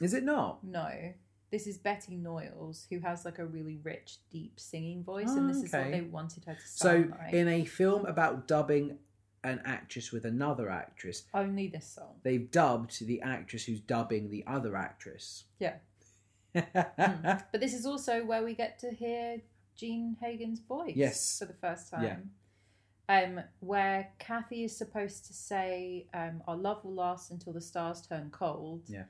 Is it not? No. This is Betty Noyles, who has like a really rich, deep singing voice, and this is what Okay. they wanted her to So, sound like. in a film about dubbing an actress with another actress, Only this song. they've dubbed the actress who's dubbing the other actress. Yeah. yeah. But this is also where we get to hear Gene Hagen's voice Yes. for the first Yeah. time. Um, where Kathy is supposed to say, um, Our love will last until the stars turn cold. Yeah.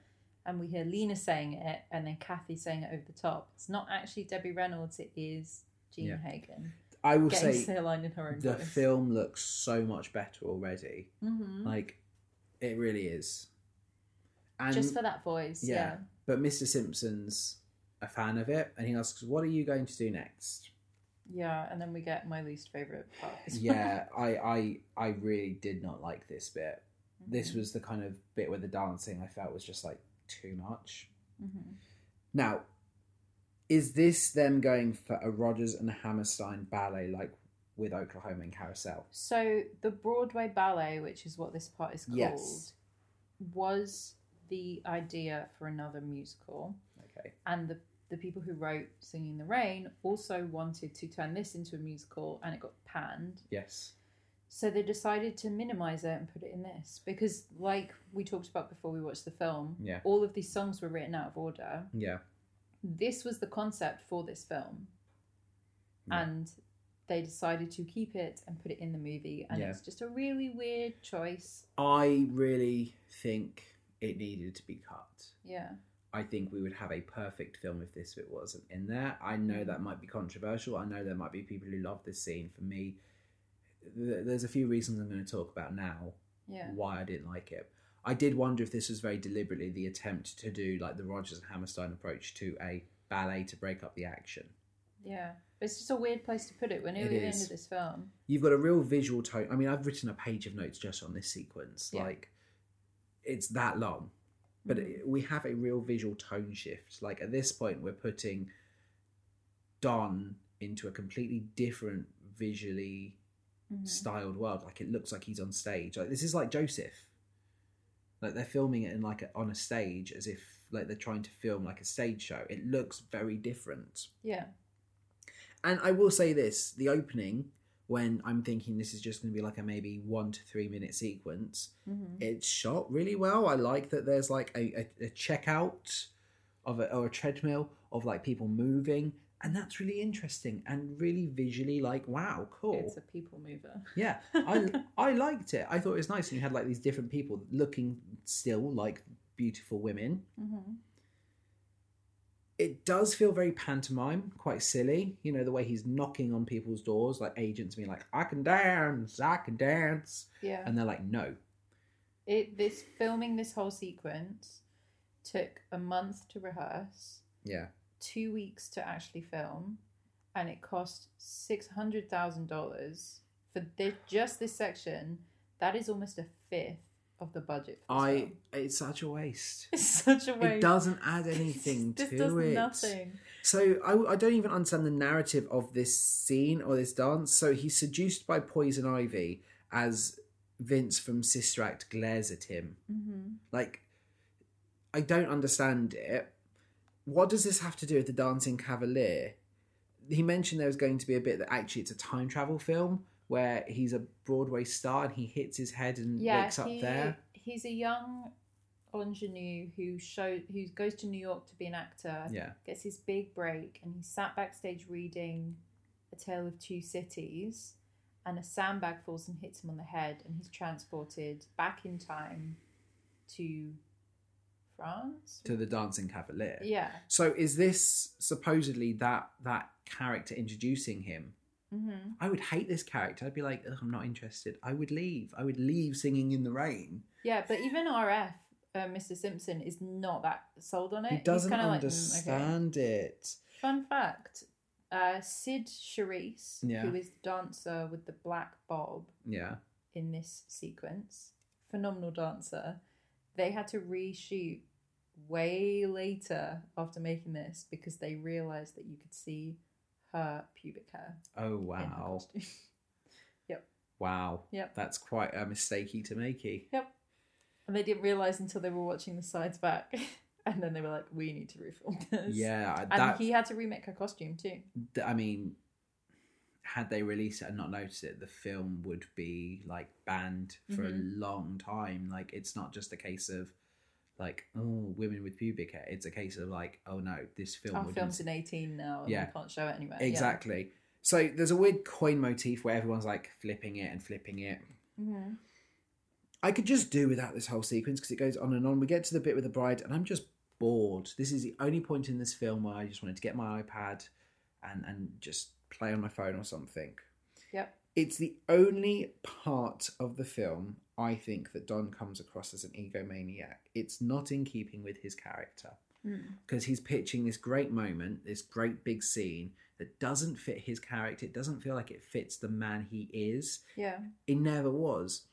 And we hear Lena saying it and then Kathy saying it over the top. It's not actually Debbie Reynolds, it is Gene Yeah. Hagen. I will Getting say say, line in her own the voice. film looks so much better already. Mhm. Like, it really is. And Just for that voice. yeah. Yeah. but Mr. Simpson's a fan of it, and he asks, "What are you going to do next?" yeah. And then we get my least favourite part. yeah, I, I, I really did not like this bit. This Mhm. was the kind of bit where the dancing I felt was just like too much. Mhm. Now, is this them going for a Rogers and Hammerstein ballet like with Oklahoma and Carousel? So the Broadway ballet, which is what this part is called, Yes. was the idea for another musical, Okay. and the the people who wrote Singing in the Rain also wanted to turn this into a musical, and it got panned. Yes. So they decided to minimize it and put it in this because, like we talked about before we watched the film, Yeah. all of these songs were written out of order. Yeah. this was the concept for this film Yeah. and they decided to keep it and put it in the movie and Yeah. it's just a really weird choice I really think it needed to be cut. yeah I think we would have a perfect film if this bit wasn't in there. I know that might be controversial. I know there might be people who love this scene. For me, th- there's a few reasons I'm going to talk about now yeah why I didn't like it. I did wonder if this was very deliberately the attempt to do like the Rogers and Hammerstein approach to a ballet to break up the action. yeah It's just a weird place to put it. We're nearly It at the end is. of this film. You've got a real visual tone. I mean, I've written a page of notes just on this sequence. Yeah. Like, it's that long, but Mm-hmm. it, we have a real visual tone shift. Like at this point, we're putting Don into a completely different visually Mm-hmm. Hmm. Mhm. styled world. Like it looks like he's on stage. Like this is like Joseph. Like they're filming it in like a, on a stage as if like they're trying to film like a stage show. It looks very different. Yeah. And I will say this: the opening, when I'm thinking this is just going to be like a maybe one to three minute sequence, Mm-hmm. it's shot really well. I like that there's like a, a, a checkout of a, or a treadmill of like people moving, and that's really interesting and really visually like wow, cool. It's a people mover. Yeah, Oh. I I liked it. I thought it was nice, and you had like these different people looking still like beautiful women. Mm-hmm. It does feel very pantomime, quite silly. You know the way he's knocking on people's doors, like agents being like, "I can dance, I can dance," Yeah. and they're like, "No." it this filming this whole sequence took a month to rehearse, Yeah, two weeks to actually film, and it cost six hundred thousand dollars for this, just this section. That is almost a fifth of the budget. For this I. film. It's such a waste. It's such a waste. It doesn't add anything this to does it. nothing. So I, I don't even understand the narrative of this scene or this dance. So he's seduced by Poison Ivy as Vince from Sister Act glares at him. Mm-hmm. Like, I don't understand it. What does this have to do with the Dancing Cavalier? He mentioned there was going to be a bit that actually it's a time travel film where he's a Broadway star and he hits his head and Yeah, wakes up he, there. he's a young ingenue who show who goes to New York to be an actor. Yeah. gets his big break and he sat backstage reading A Tale of Two Cities and a sandbag falls and hits him on the head and he's transported back in time to France? To the Dancing Cavalier. Yeah. So is this supposedly that that character introducing him? Mm-hmm. I would hate this character. I'd be like, Ugh, I'm not interested. I would leave. I would leave singing in the rain. Yeah, but even RF, uh, Mr. Simpson, is not that sold on it. He He's doesn't kinda like, "Mm, okay." understand it. Fun fact uh, Sid Charisse, Yeah. who is the dancer with the black bob, Yeah. in this sequence. Phenomenal dancer. They had to reshoot way later after making this because they realized that you could see her pubic hair Oh in her wow. costume. Wow. Yep. That's quite a mistakey to makey. yep. And they didn't realize until they were watching the sides back. and then they were like, we need to refilm this. Yeah. I- And That. he had to remake her costume too. th- I mean, had they released it and not noticed it, the film would be like banned for Mhm. a long time. Like it's not just a case of like oh women with pubic hair. It's a case of like oh no, this film. Our wouldn't film's in 18 now and Yeah. we can't show it anywhere. Yeah. Exactly. So there's a weird coin motif where everyone's like flipping it and flipping it. Mhm. I could just do without this whole sequence because it goes on and on. We get to the bit with the bride, and I'm just bored. This is the only point in this film where I just wanted to get my iPad and and just play on my phone or something. Yep. It's the only part of the film I think that Don comes across as an egomaniac. It's not in keeping with his character Mm. because he's pitching this great moment, this great big scene that doesn't fit his character. It doesn't feel like it fits the man he is. Yeah. It never was.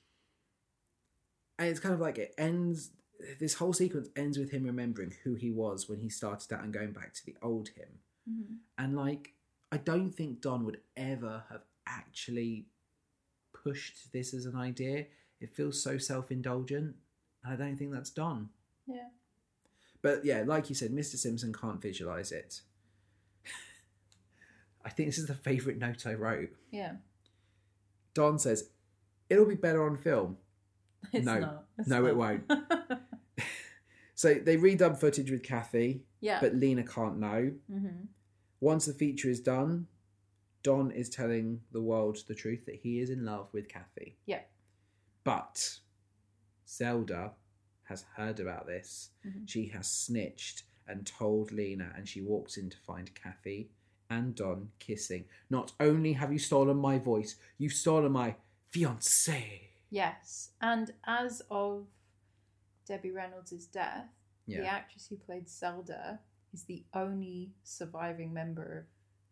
And it's kind of like it ends, this whole sequence ends with him remembering who he was when he started out and going back to the old him. Mm-hmm. Mhm. And like, I don't think Don would ever have actually pushed this as an idea. It feels so self indulgent. I don't think that's Don. Yeah. But yeah, like you said, Mr. Simpson can't visualize it. I think this is the favorite note I wrote. Yeah. Don says, it'll be better on film. It's No. not. It's No, it not. So they redub footage with Kathy, yeah. but Lena can't know. mm-hmm. Once the feature is done, Don is telling the world the truth that he is in love with Kathy. Yeah. But Zelda has heard about this. Mhm. She has snitched and told Lena, and she walks in to find Kathy and Don kissing. Not only have you stolen my voice, you've stolen my fiance. Yes, and as of Debbie Reynolds' death, the actress who played Zelda is the only surviving member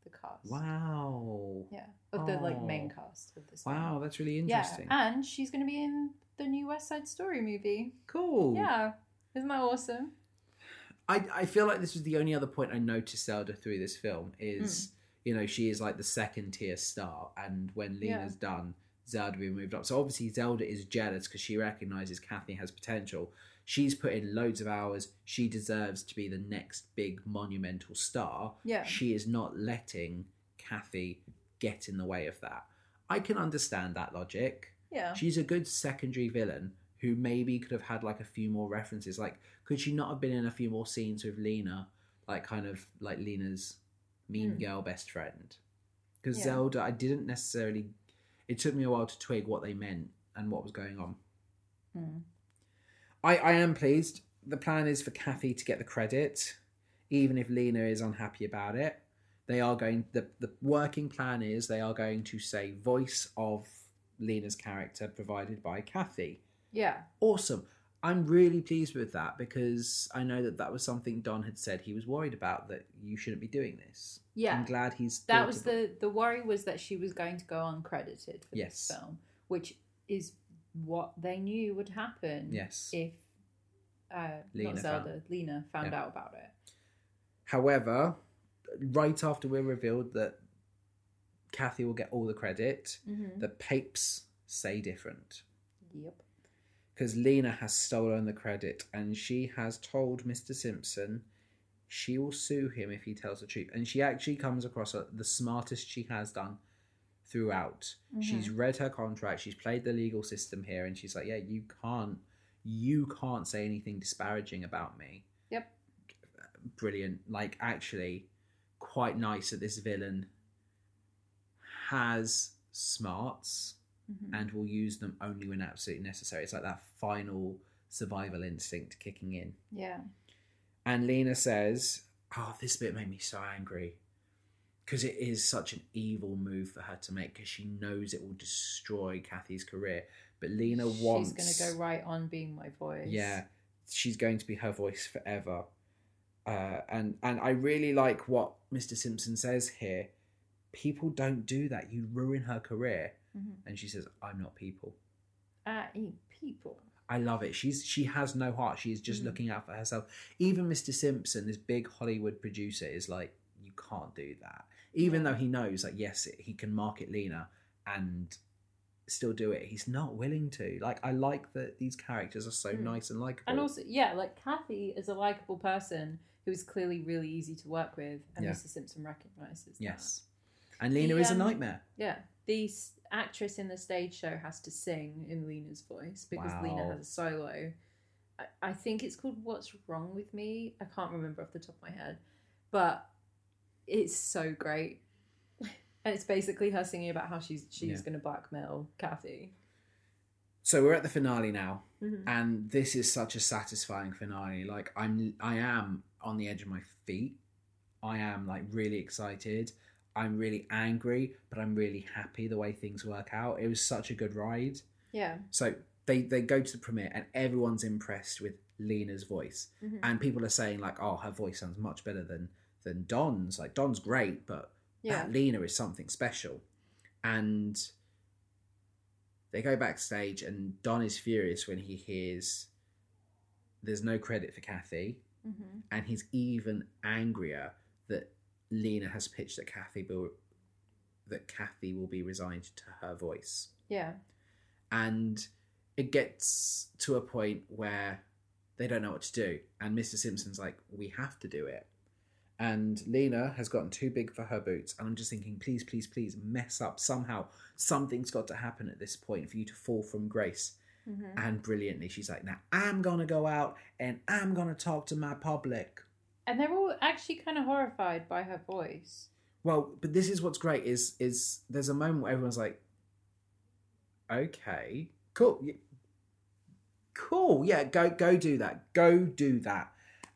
the cast. Wow. Yeah, of the like Oh. main cast of this. Wow, that's really one. Yeah, interesting. and she's going to be in the new West Side Story movie. cool. Yeah, isn't that awesome? I, I feel like this was the only other point I noticed Zelda through this film is, you know, she is like the second tier star. And when Hmm. Yeah. Lena's done, Zelda will be moved up. So obviously, Zelda is jealous because she recognizes Kathy has potential. She's put in loads of hours. She deserves to be the next big monumental star. Yeah, She is not letting Kathy get in the way of that. I can understand that logic. yeah, She's a good secondary villain who maybe could have had like a few more references. Like, could she not have been in a few more scenes with Lena, like kind of like Lena's mean Hmm. girl best friend? Because Yeah. Zelda, I didn't necessarily. It took me a while to twig what they meant and what was going on. Hmm. Mm. I, I am pleased. The plan is for Kathy to get the credit, even if Lena is unhappy about it. They are going the, the working plan is they are going to say voice of Lena's character provided by Kathy. yeah. Awesome. I'm really pleased with that because I know that that was something Don had said he was worried about that you shouldn't be doing this. Yeah. I'm glad he's That thought was about- the the worry was that she was going to go uncredited for Yes. this film, which is what they knew would happen. Yes. If uh, Lena not Zelda, Lena found Yeah. out about it. However, right after we're revealed that Kathy will get all the credit, the papes say different Yep. because Lena has stolen the credit and she has told Mr. Simpson she will sue him if he tells the truth. And she actually comes across as the smartest she has done throughout. She's read her contract, she's played the legal system here, and she's like, Yeah, you can't. You can't say anything disparaging about me. Yep. Brilliant. Like, actually, quite nice that this villain has smarts Mhm. and will use them only when absolutely necessary. It's like that final survival instinct kicking in. Yeah. And Lena says, Oh, this bit made me so angry. Because it is such an evil move for her to make because she knows it will destroy Kathy's career. But Lena wants. She's gonna go right on being my voice. Yeah, she's going to be her voice forever. Uh, and and I really like what Mr. Simpson says here. People don't do that. You ruin her career. Mhm. And she says, "I'm not people." I eat people. I love it. She's she has no heart. She is just Mhm. looking out for herself. Even Mr. Simpson, this big Hollywood producer, is like, you can't do that. Even though he knows, like, yes, he can market Lena and still do it. He's not willing to. Like, I like that these characters are so Mm. nice and likable. And also, yeah, like Kathy is a likable person who is clearly really easy to work with, and Yeah. Mr. Simpson recognizes. that. yes. And Lena is a um, nightmare. Yeah. The s- actress in the stage show has to sing in Lena's voice because Lena Wow. has a solo. I, I think it's called What's Wrong with Me. I can't remember off the top of my head, but it's so great. And it's basically her singing about how she's she's Yeah. going to blackmail Kathy. So we're at the finale now. Mhm. and this is such a satisfying finale like i'm i am on the edge of my feet i am like really excited i'm really angry but i'm really happy the way things work out it was such a good ride Yeah. so they they go to the premiere and everyone's impressed with lena's voice Mhm. and people are saying like oh her voice sounds much better than than don's like don's great but Yeah. that Lena is something special. And they go backstage, and Don is furious when he hears there's no credit for Kathy, hmm and he's even angrier that Lena has pitched that Kathy will that Kathy will be resigned to her voice. Yeah. And it gets to a point where they don't know what to do, and Mr. Simpson's like, "We have to do it." and Lena has gotten too big for her boots. And I'm just thinking, please, please, please mess up somehow. Something's got to happen at this point for you to fall from grace. hmm And brilliantly, she's like, now I'm gonna go out and I'm gonna talk to my public. And they're all actually kind of horrified by her voice. Well, but this is what's great is is there's a moment where everyone's like, okay, cool, y- cool, yeah, go go do that, go do that.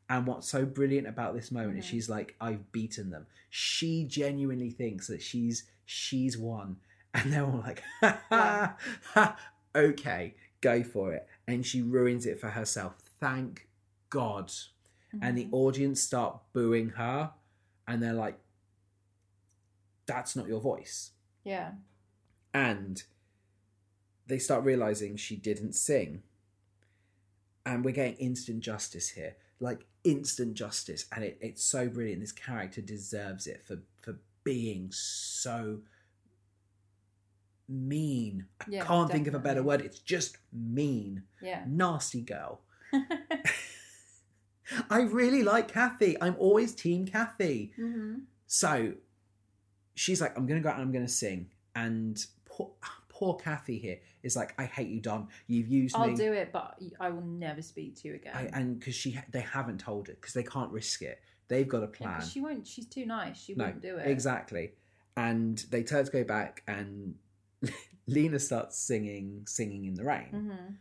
And what's so brilliant about this moment is Mhm. she's like, I've beaten them. She genuinely thinks that she's she's won, and they're all like, ha ha, ha okay, go for it. And she ruins it for herself. Thank God Mm-hmm. and the audience start booing her and they're like that's not your voice. Yeah. And they start realizing she didn't sing. And we're getting instant justice here. Like instant justice. And it, it's so brilliant. This character deserves it for, for being so mean. I Yeah, can't think of a better definitely. word. It's just mean. Yeah. Nasty girl. I really like Kathy. I'm always team Kathy. mm-hmm. So she's like, I'm going to go out and I'm going to sing. And poor, poor Kathy here is like, I hate you, Don. You've used I'll me. do it, but I will never speak to you again. I, and because she, they haven't told her because they can't risk it. They've got a Yeah, 'cause plan. she won't. She's too nice. She wouldn't do it. Exactly. And they turn to go back, and Lena starts singing, singing in the rain. Mhm.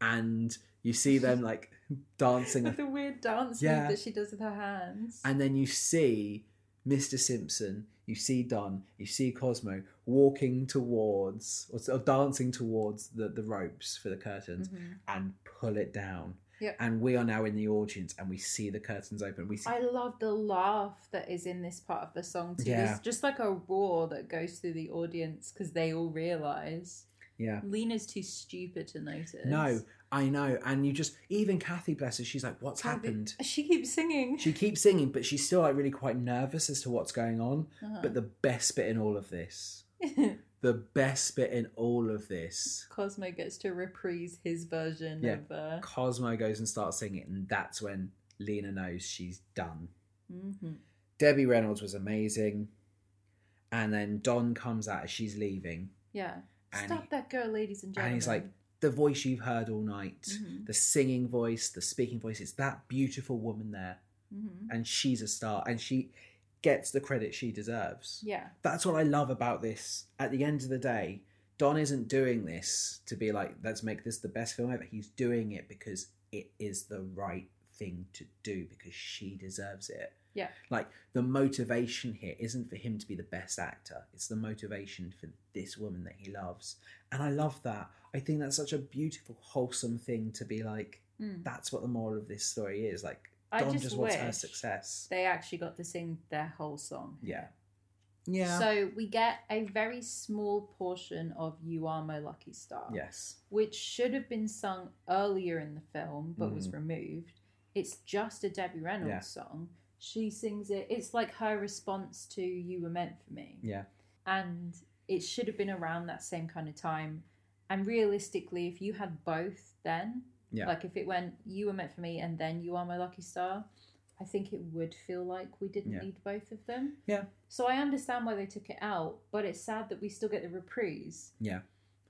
And you see them like dancing With the weird dance Yeah. move that she does with her hands. and then you see Mr. Simpson, you see Don, you see Cosmo walking towards or sort of dancing towards the, the ropes for the curtains Mhm. and pull it down. Yep. And we are now in the audience and we see the curtains open. We see I love the laugh that is in this part of the song too. Yeah. There's just like a roar that goes through the audience because they all realize Yeah. Lena's too stupid to notice. No, I know. And you just even Kathy bless her, she's like, What's Can't be- happened? She keeps singing. She keeps singing, but she's still like really quite nervous as to what's going on. Uh-huh. But the best bit in all of this, the best bit in all of this Cosmo gets to reprise his version Yeah. of. Uh, Cosmo goes and starts singing, it, and that's when Lena knows she's done. mhm. Debbie Reynolds was amazing, and then Don comes out as she's leaving. Yeah. And Stop he- that girl, ladies and gentlemen. and he's like, "The voice you've heard all night, Mhm. the singing voice, the speaking voice. It's that beautiful woman there, Mhm. and she's a star, and she gets the credit she deserves." yeah, That's what I love about this. At the end of the day, Don isn't doing this to be like, let's make this the best film ever. He's doing it because it is the right thing to do because she deserves it. Yeah. Like the motivation here isn't for him to be the best actor. It's the motivation for this woman that he loves. And I love that. I think that's such a beautiful, wholesome thing to be like, Mm. that's what the moral of this story is. Like I Don just just, wants her wish success. they actually got to sing their whole song. Yeah. Yeah. So we get a very small portion of "You Are My Lucky Star," yes. which should have been sung earlier in the film but was removed. It's just a Debbie Reynolds Mm. Yeah. song. She sings it. It's like her response to "You Were Meant for Me." Yeah. and it should have been around that same kind of time. And realistically, if you had both then, Yeah. like if it went, you were meant for me, and then you are my lucky star, I think it would feel like we didn't Yeah. need both of them. Yeah. So I understand why they took it out, but it's sad that we still get the reprise. Yeah.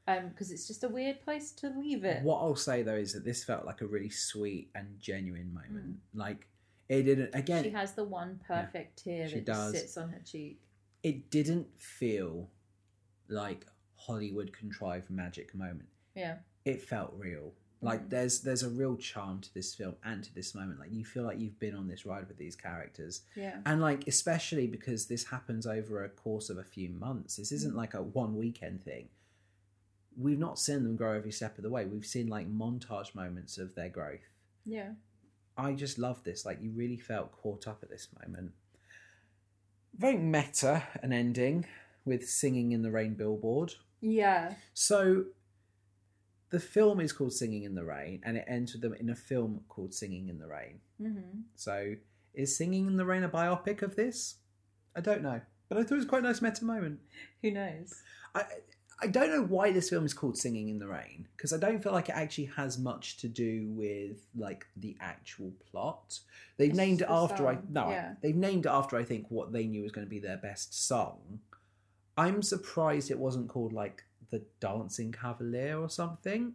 Um, because it's just a weird place to leave it. What I'll say though is that this felt like a really sweet and genuine moment. Like it didn't again. Mm. she has the one perfect tear she that just does. sits on her cheek. it didn't feel like Hollywood contrived magic moment. Yeah. It felt real. Like Mhm. there's there's a real charm to this film and to this moment. Like you feel like you've been on this ride with these characters, Yeah. and like especially because this happens over a course of a few months. This Mm. isn't like a one weekend thing. We've not seen them grow every step of the way. We've seen like montage moments of their growth. Yeah. I just love this. Like you really felt caught up at this moment. Very meta an ending with singing in the rain billboard. Yeah. So the film is called Singing in the Rain and it ends with them in a film called Singing in the Rain. Mm-hmm. So is Singing in the Rain a biopic of this? I don't know. But I thought it was quite a nice meta moment. Who knows? I I don't know why this film is called Singing in the Rain because I don't feel like it actually has much to do with like the actual plot. They've It's named just it the after I song, no, I- yeah. they've named it after I think what they knew was going to be their best song. I'm surprised it wasn't called like the Dancing Cavalier or something.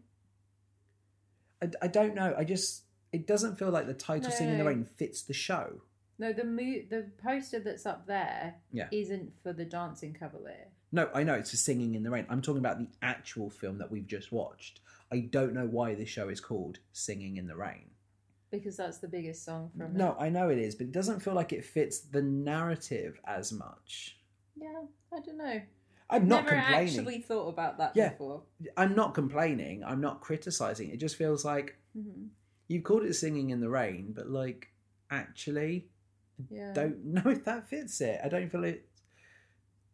I, I don't know. I just it doesn't feel like the title Singing in the No. Rain fits the show. No, the mo- the poster that's up there Yeah. isn't for the Dancing Cavalier. No, I know it's for Singing in the Rain. I'm talking about the actual film that we've just watched. I don't know why this show is called Singing in the Rain. because that's the biggest song from it. No, I know it is, but it doesn't feel like it fits the narrative as much. Yeah, I don't know. I'm not Never complaining. actually thought about that Yeah. before. I'm not complaining. I'm not criticizing. It just feels like hmm you've called it Singing in the Rain, but like actually Yeah. don't know if that fits it. I don't feel it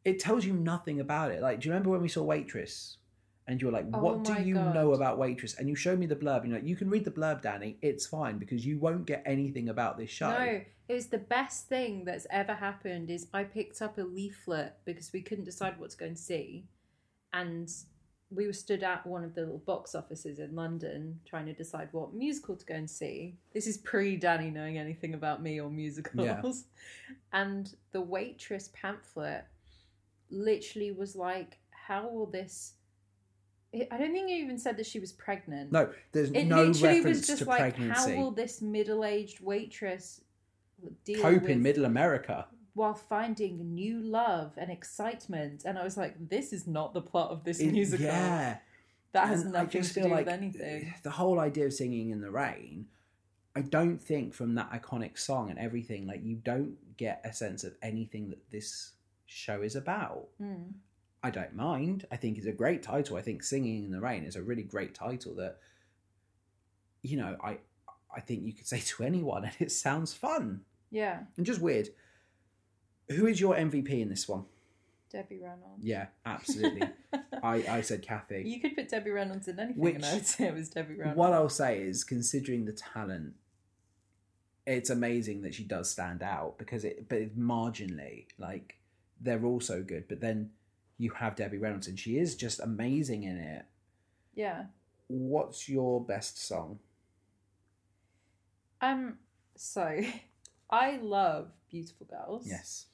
it tells you nothing about it. Like, do you remember when we saw Waitress? And you were like, Oh what my do you God. know about Waitress? And you showed me the blurb, and you're like, you can read the blurb, Danny. It's fine because you won't get anything about this show. No, it was the best thing that's ever happened. Is I picked up a leaflet because we couldn't decide what to go and see, and we were stood at one of the little box offices in London trying to decide what musical to go and see. This is pre Danny knowing anything about me or musicals, and the waitress pamphlet literally was like, "How will this?" I don't think it even said that she was pregnant. No, there's It no literally reference was just to like, pregnancy. how will this middle-aged waitress deal Cope with in Middle America. while finding new love and excitement? And I was like, this is not the plot of this It- musical. Yeah. That has And I nothing just to do feel eh. with anything. The whole idea of singing in the rain, I don't think from that iconic song and everything, like you don't get a sense of anything that this show is about. Mm. I don't mind. I think it's a great title. I think Singing in the Rain is a really great title that you know, I I think you could say to anyone and it sounds fun Yeah, and just weird. Who is your MVP in this one? Debbie Reynolds. Yeah, absolutely. I, I said Kathy. you could put Debbie Reynolds in anything, Which- and I would say it was Debbie Reynolds. What I'll say is, considering the talent, it's amazing that she does stand out because it, but it's marginally, like they're all so good. But then you have Debbie Reynolds, and she is just amazing in it. yeah. What's your best song? Um. So, I love Beautiful Girls. Yes,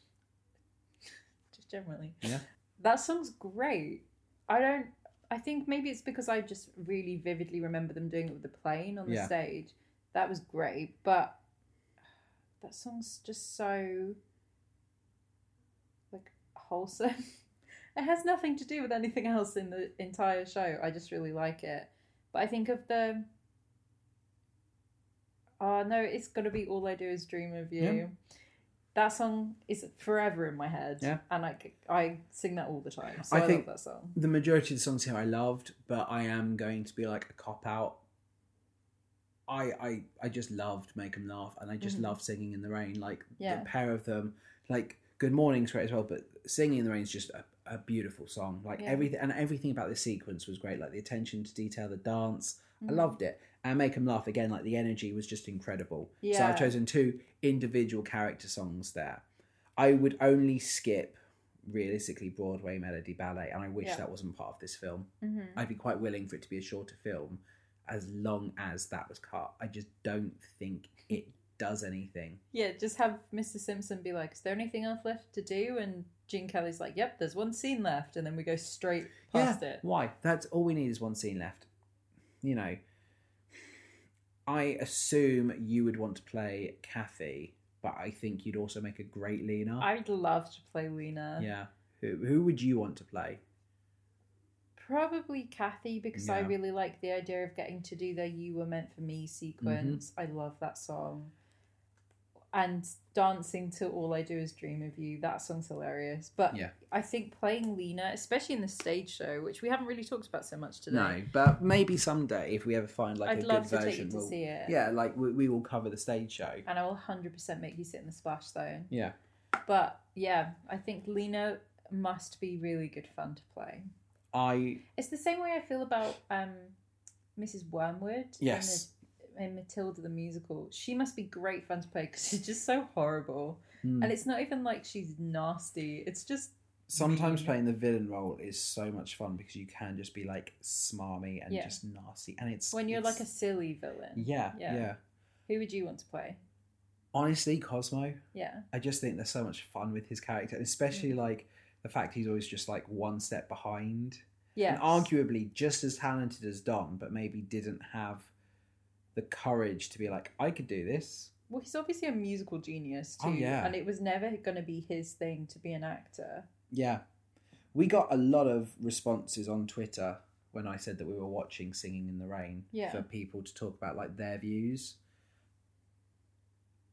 Just generally. yeah, That song's great. I don't. I think maybe it's because I just really vividly remember them doing it with the plane on the Yeah. stage. That was great, but that song's just so like wholesome. it has nothing to do with anything else in the entire show. I just really like it. But I think of the. Oh no! It's gotta be all I do is dream of you. Yeah. That song is forever in my head, Yeah. and I c- I sing that all the time. So I I, think- love that song. the majority of the songs here I loved, but I am going to be like a cop out. I I I just loved Make 'Em Laugh, and I just Mhm. loved Singing in the Rain. Like Yeah. the pair of them, like Good Morning's great as well, but Singing in the Rain is just a, a beautiful song. Like Yeah. everything and everything about this sequence was great. Like the attention to detail, the dance, Mm-hmm. I loved it. And Make 'Em Laugh again. Like the energy was just incredible. So Yeah. I've chosen two individual character songs there. I would only skip realistically Broadway Melody Ballet, and I wish Yeah. that wasn't part of this film. Mm-hmm. I'd be quite willing for it to be a shorter film as long as that was cut. I just don't think it does anything. Yeah, just have Mr. Simpson be like, "Is there anything else left to do?" And Gene Kelly's like, "Yep, there's one scene left," and then we go straight past it. Why? That's all we need is one scene left. You know, I assume you would want to play Kathy, but I think you'd also make a great Lena. I'd love to play Lena. Yeah. Who, who would you want to play? Probably Kathy because I Yeah. really like the idea of getting to do the "You Were Meant for Me" sequence. Mm-hmm. I love that song, and dancing to "All I Do Is Dream of You." That song's hilarious. But Yeah. I think playing Lena, especially in the stage show, which we haven't really talked about so much today. No, but maybe someday if we ever find like I'd a love good to version, take you to we'll- see it. yeah, like we, we will cover the stage show. and I will hundred percent make you sit in the splash zone. Yeah, But yeah, I think Lena must be really good fun to play. I It's the same way I feel about um, Mrs. Wormwood. Yes. In, the, in Matilda the musical, she must be great fun to play because she's just so horrible, Mm. and it's not even like she's nasty. It's just sometimes mean. playing the villain role is so much fun because you can just be like smarmy and Yeah. just nasty, and it's when you're it's- like a silly villain. yeah, Yeah. yeah Who would you want to play? Honestly, Cosmo, Yeah. I just think there's so much fun with his character, and especially like the fact he's always just like one step behind. Yeah. and arguably just as talented as Don, but maybe didn't have the courage to be like, I could do this. Well, he's obviously a musical genius too, Oh, yeah. and it was never going to be his thing to be an actor. Yeah. We got a lot of responses on Twitter when I said that we were watching Singing in the Rain Yeah. for people to talk about like their views.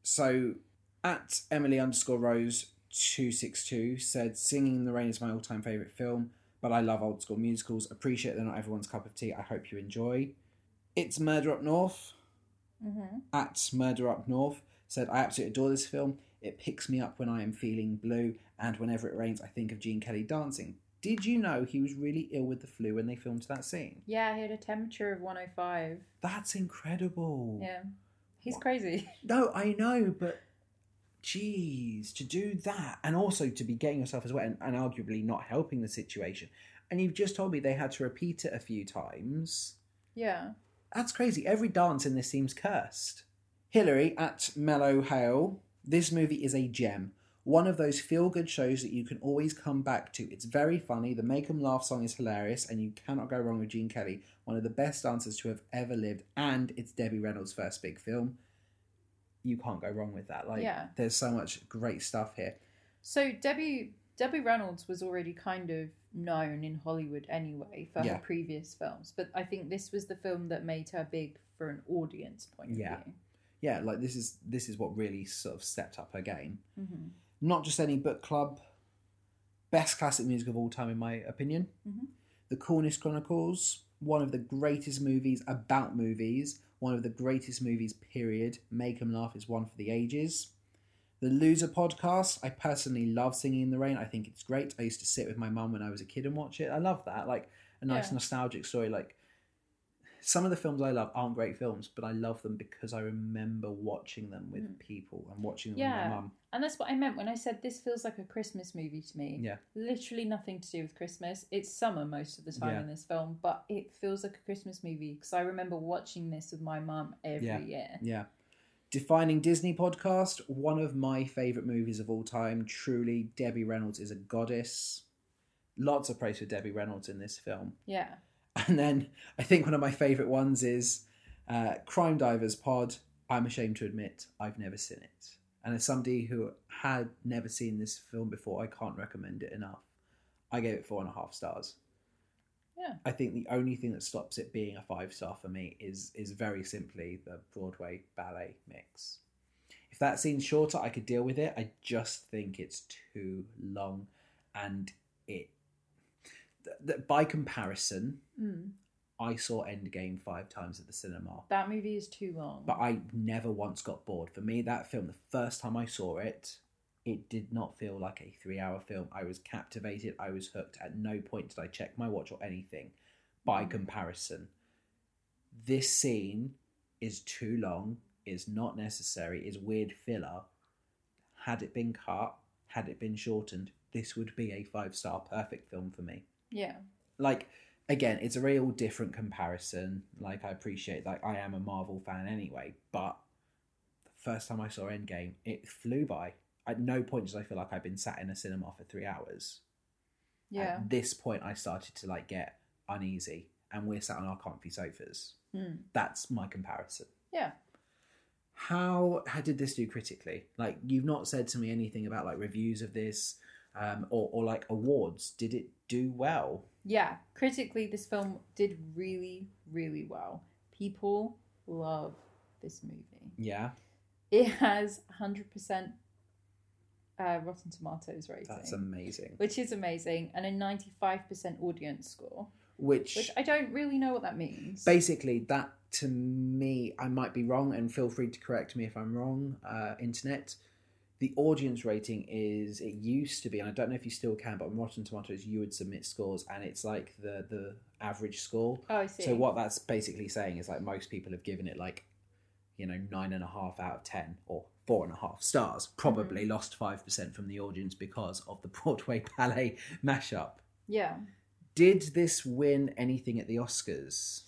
So at Emily underscore Rose two six two said Singing in the Rain is my all time favourite film, but I love old school musicals. Appreciate they're not everyone's cup of tea. I hope you enjoy. It's Murder Up North Mm-hmm. at Murder Up North said, I absolutely adore this film. It picks me up when I am feeling blue, and whenever it rains, I think of Gene Kelly dancing. Did you know he was really ill with the flu when they filmed that scene? Yeah, he had a temperature of 105. That's incredible. Yeah. He's crazy. No, I know, but geez, to do that and also to be getting yourself as wet and, and arguably not helping the situation. And you've just told me they had to repeat it a few times. Yeah. That's crazy. Every dance in this seems cursed. Hillary at Mellow Hale. This movie is a gem. One of those feel good shows that you can always come back to. It's very funny. The Make 'em Laugh song is hilarious, and you cannot go wrong with Gene Kelly, one of the best dancers to have ever lived. And it's Debbie Reynolds' first big film. You can't go wrong with that. Like, Yeah. there's so much great stuff here. So Debbie Debbie Reynolds was already kind of known in Hollywood anyway for Yeah. her previous films, but I think this was the film that made her big for an audience point of Yeah. view. Yeah, like this is this is what really sort of stepped up her game. Mhm. not just any book club. Best classic music of all time, in my opinion. Mhm. The Cornish Chronicles, one of the greatest movies about movies, one of the greatest movies, period. Make 'em Laugh is one for the ages. The Loser podcast, I personally love Singing in the Rain. I think it's great. I used to sit with my mum when I was a kid and watch it. I love that. Like a nice Yeah. nostalgic story. Like some of the films I love aren't great films, but I love them because I remember watching them with Mm. people and watching them with Yeah. my mum. And that's what I meant when I said this feels like a Christmas movie to me. Yeah. Literally nothing to do with Christmas. It's summer most of the time Yeah. in this film, but it feels like a Christmas movie because I remember watching this with my mum every Yeah. year. Yeah. Defining Disney podcast, one of my favourite movies of all time. Truly, Debbie Reynolds is a goddess. Lots of praise for Debbie Reynolds in this film. Yeah. And then I think one of my favourite ones is uh, Crime Divers Pod. I'm ashamed to admit I've never seen it. And as somebody who had never seen this film before, I can't recommend it enough. I gave it four and a half stars. Yeah. I think the only thing that stops it being a five star for me is is very simply the Broadway ballet mix. If that scene's shorter, I could deal with it. I just think it's too long, and it. th- th- by comparison, Mm. I saw Endgame five times at the cinema, That movie is too long. but I never once got bored. For me, that film, the first time I saw it, it did not feel like a three hour film. I was captivated, I was hooked. At no point did I check my watch or anything. By Mhm. comparison, this scene is too long, is not necessary, is weird filler. Had it been cut, had it been shortened, this would be a five star perfect film for me yeah. like again it's a real different comparison like i appreciate like i am a marvel fan anyway but the first time i saw endgame it flew by at no point did i feel like i've been sat in a cinema for three hours Yeah. at this point i started to like get uneasy and we're sat on our comfy sofas Mm. that's my comparison Yeah. how how did this do critically like you've not said to me anything about like reviews of this um or, or like awards did it do well yeah, critically, this film did really, really well. People love this movie. yeah It has 100% uh, Rotten Tomatoes rating, that's amazing which is amazing, and a 95% audience score, which, which I don't really know what that means. basically that to me i might be wrong and feel free to correct me if i'm wrong uh, internet the audience rating is it used to be and i don't know if you still can but on rotten tomatoes you would submit scores and it's like the the average score oh, I see. so what that's basically saying is like most people have given it like you know nine and a half out of ten or four and a half stars probably lost five percent from the audience because of the broadway ballet mashup Yeah. did this win anything at the oscars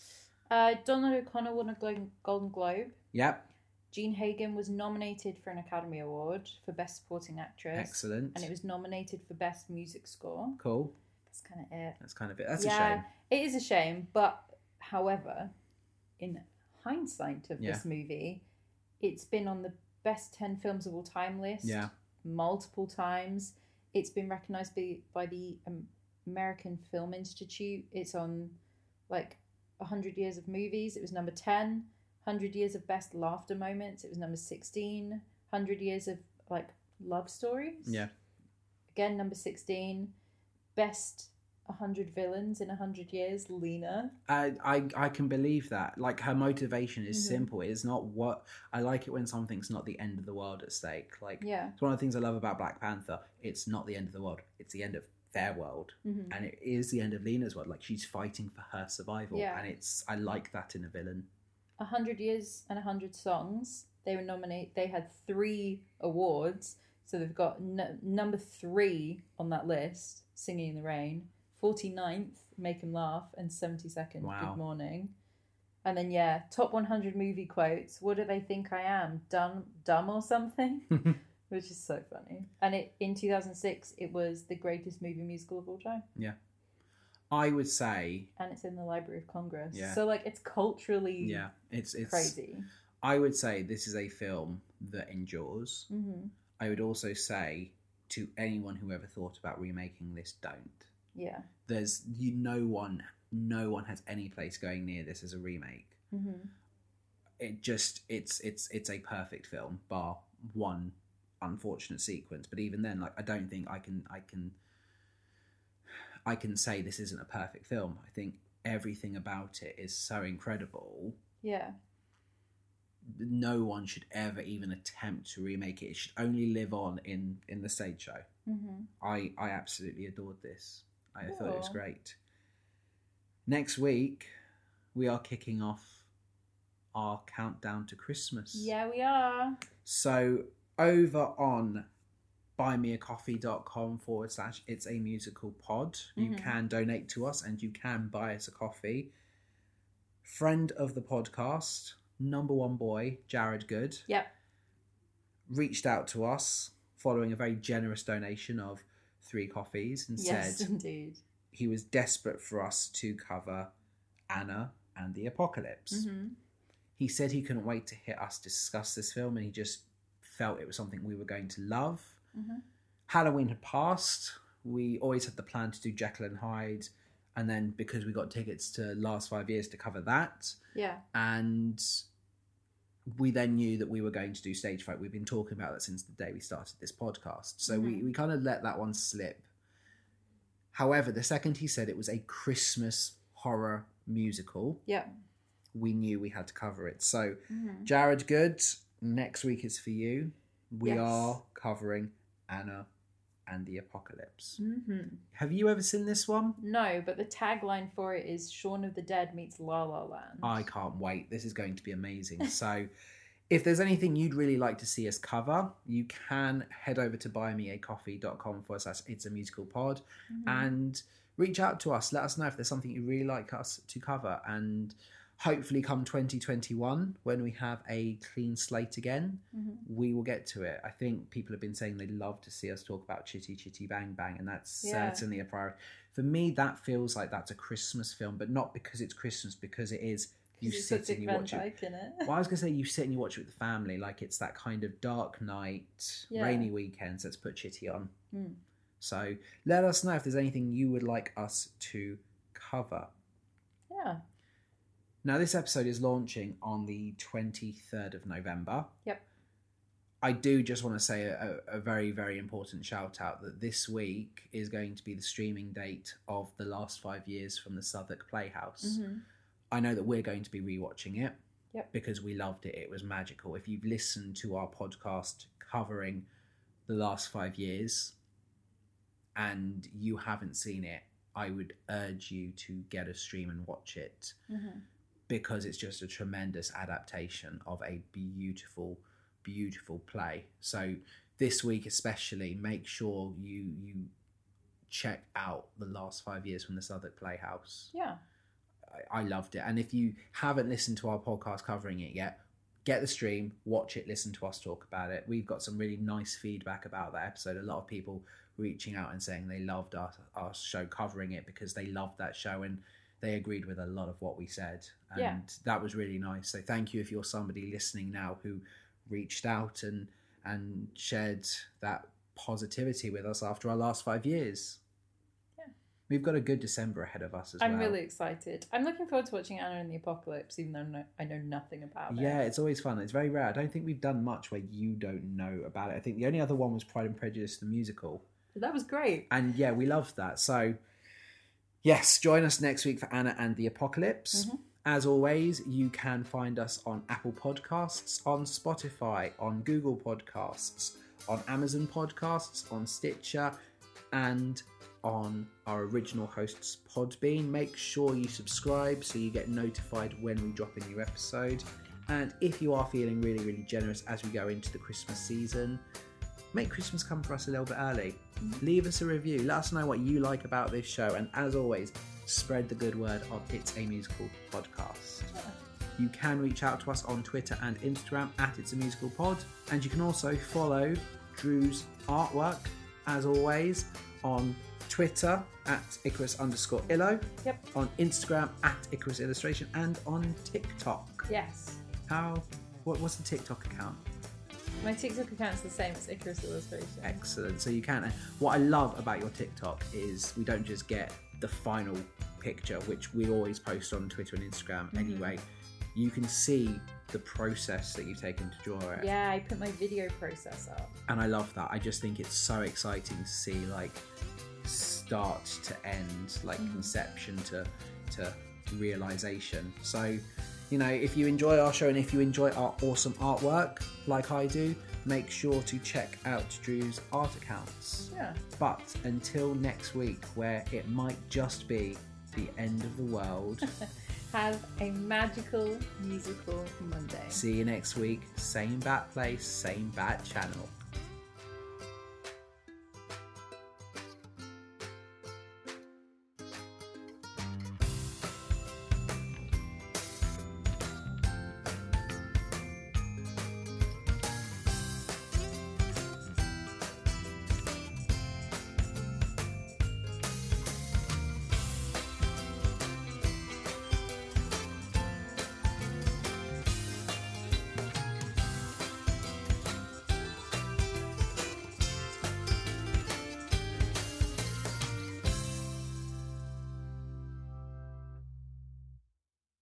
Uh, Donald O'Connor won a Glo- Golden Globe. yep Jean Hagen was nominated for an Academy Award for Best Supporting Actress, Excellent. and it was nominated for Best Music Score. cool. That's kind of it. That's kind of it. That's a Yeah. shame. It is a shame, but however, in hindsight of this movie, it's been on the best 10 films of all time list Yeah. multiple times. It's been recognized by, by the um, American Film Institute. It's on like 100 years of movies, it was number 10. 100 years of best laughter moments, it was number 16. 100 years of like love stories. Yeah. Again, number 16. Best hundred villains in hundred years, Lena. I, I I can believe that. Like her motivation is Mhm. simple. It's not what I like it when something's not the end of the world at stake. Like Yeah. it's one of the things I love about Black Panther. It's not the end of the world. It's the end of their world, Mhm. Mm-hmm. and it is the end of Lena's world. Like she's fighting for her survival, Yeah. and it's I like that in a villain. A hundred years and a hundred songs. They were nominated. They had three awards, so they've got n- number three on that list. Singing in the Rain, 49th, Make 'Em Laugh, and seventy second, Wow. Good Morning. And then yeah, top one hundred movie quotes. What do they think I am? Dumb, dumb or something? Which is so funny. And it in two thousand six, it was the greatest movie musical of all time. I would say, and it's in the Library of Congress. Yeah. So like it's culturally yeah, it's it's. crazy. I would say this is a film that endures. hmm I would also say to anyone who ever thought about remaking this, don't. Yeah. there's you no one no one has any place going near this as a remake hmm it just it's it's it's a perfect film bar one unfortunate sequence but even then like i don't think i can i can i can say this isn't a perfect film i think everything about it is so incredible Yeah. no one should ever even attempt to remake it it should only live on in in the stage show hmm I I absolutely adored this. I thought it was Aw. great. Next week, we are kicking off our countdown to Christmas. Yeah, we are. So over on buymeacoffee.com forward slash it's a musical pod. You Mhm. can donate to us and you can buy us a coffee. Friend of the podcast, number one boy, Jared Good Yep. reached out to us following a very generous donation of three coffees and Yes, said indeed. he was desperate for us to cover Anna and the Apocalypse. hmm He said he couldn't wait to hear us discuss this film and he just felt it was something we were going to love. Mhm. Halloween had passed. We always had the plan to do Jekyll and Hyde. And then because we got tickets to last five years to cover that, Yeah. and we then knew that we were going to do stage fright. We've been talking about that since the day we started this podcast. So we, Mhm. we kind of let that one slip. However, the second he said it was a Christmas horror musical, Yep. we knew we had to cover it. So, hmm Jared Good, next week is for you. We Yes. are covering Anna and the Apocalypse. hmm Have you ever seen this one? No, but the tagline for it is Shaun of the Dead meets La La Land. I can't wait. This is going to be amazing. So, if there's anything you'd really like to see us cover, you can head over to buymeacoffee.com for us. It's a musical pod Mhm. and reach out to us. Let us know if there's something you really like us to cover. And hopefully, come 2021, when we have a clean slate again, Mhm. we will get to it. I think people have been saying they love to see us talk about Chitty Chitty Bang Bang, and that's Yeah. certainly a priority. For me, that feels like that's a Christmas film, but not because it's Christmas, because it is you There's sit such a and you Van watch it. Dyke in it. Well, I was gonna say you sit and you watch it with the family, like it's that kind of dark night, Yeah. rainy weekends. Let's put Chitty on. Mm. So let us know if there's anything you would like us to cover. Yeah. Now, this episode is launching on the 23rd of November. Yep. I do just want to say a, a very, very important shout out that this week is going to be the streaming date of the last five years from the Southwark Playhouse. hmm I know that we're going to be rewatching it Yep. because we loved it. It was magical. If you've listened to our podcast covering the last five years and you haven't seen it, I would urge you to get a stream and watch it hmm because it's just a tremendous adaptation of a beautiful, beautiful play. So this week especially, make sure you you check out the last five years from the Southwark Playhouse. Yeah. I I loved it. And if you haven't listened to our podcast covering it yet, get the stream, watch it, listen to us talk about it. We've got some really nice feedback about that episode. A lot of people reaching out and saying they loved our, our show covering it because they loved that show and they agreed with a lot of what we said. And Yeah. that was really nice. So thank you if you're somebody listening now who reached out and and shared that positivity with us after our last five years. Yeah. We've got a good December ahead of us as I'm well. really excited. I'm looking forward to watching Anna and the Apocalypse, even though no- I know nothing about it. Yeah, it's always fun. It's very rare. I don't think we've done much where you don't know about it. I think the only other one was Pride and Prejudice, the musical. That was great. And yeah, we loved that. So Yes, join us next week for Anna and the Apocalypse. Mhm. As always, you can find us on Apple Podcasts, on Spotify, on Google Podcasts, on Amazon Podcasts, on Stitcher, and on our original hosts Podbean. Make sure you subscribe so you get notified when we drop a new episode. And if you are feeling really, really generous as we go into the Christmas season, make Christmas come for us a little bit early. Leave us a review. Let us know what you like about this show. And as always, spread the good word of It's a Musical podcast. You can reach out to us on Twitter and Instagram at It's a Musical Pod. And you can also follow Drew's artwork, as always, on Twitter at Icarus underscore Illo, Yep. on Instagram at Icarus Illustration, and on TikTok. Yes. How? What, what's the TikTok account? My TikTok account's the same as Icarus Illustration. Excellent. So you can. And What I love about your TikTok is we don't just get the final picture, which we always post on Twitter and Instagram anyway. You can see the process that you've taken to draw it. Yeah, I put my video process up. And I love that. I just think it's so exciting to see like start to end, like conception to to realization. So, you know, if you enjoy our show and if you enjoy our awesome artwork like I do, make sure to check out Drew's art accounts. Yeah. But until next week, where it might just be the end of the world, Have a magical musical Monday. see you next week. Same bat place, same bat channel.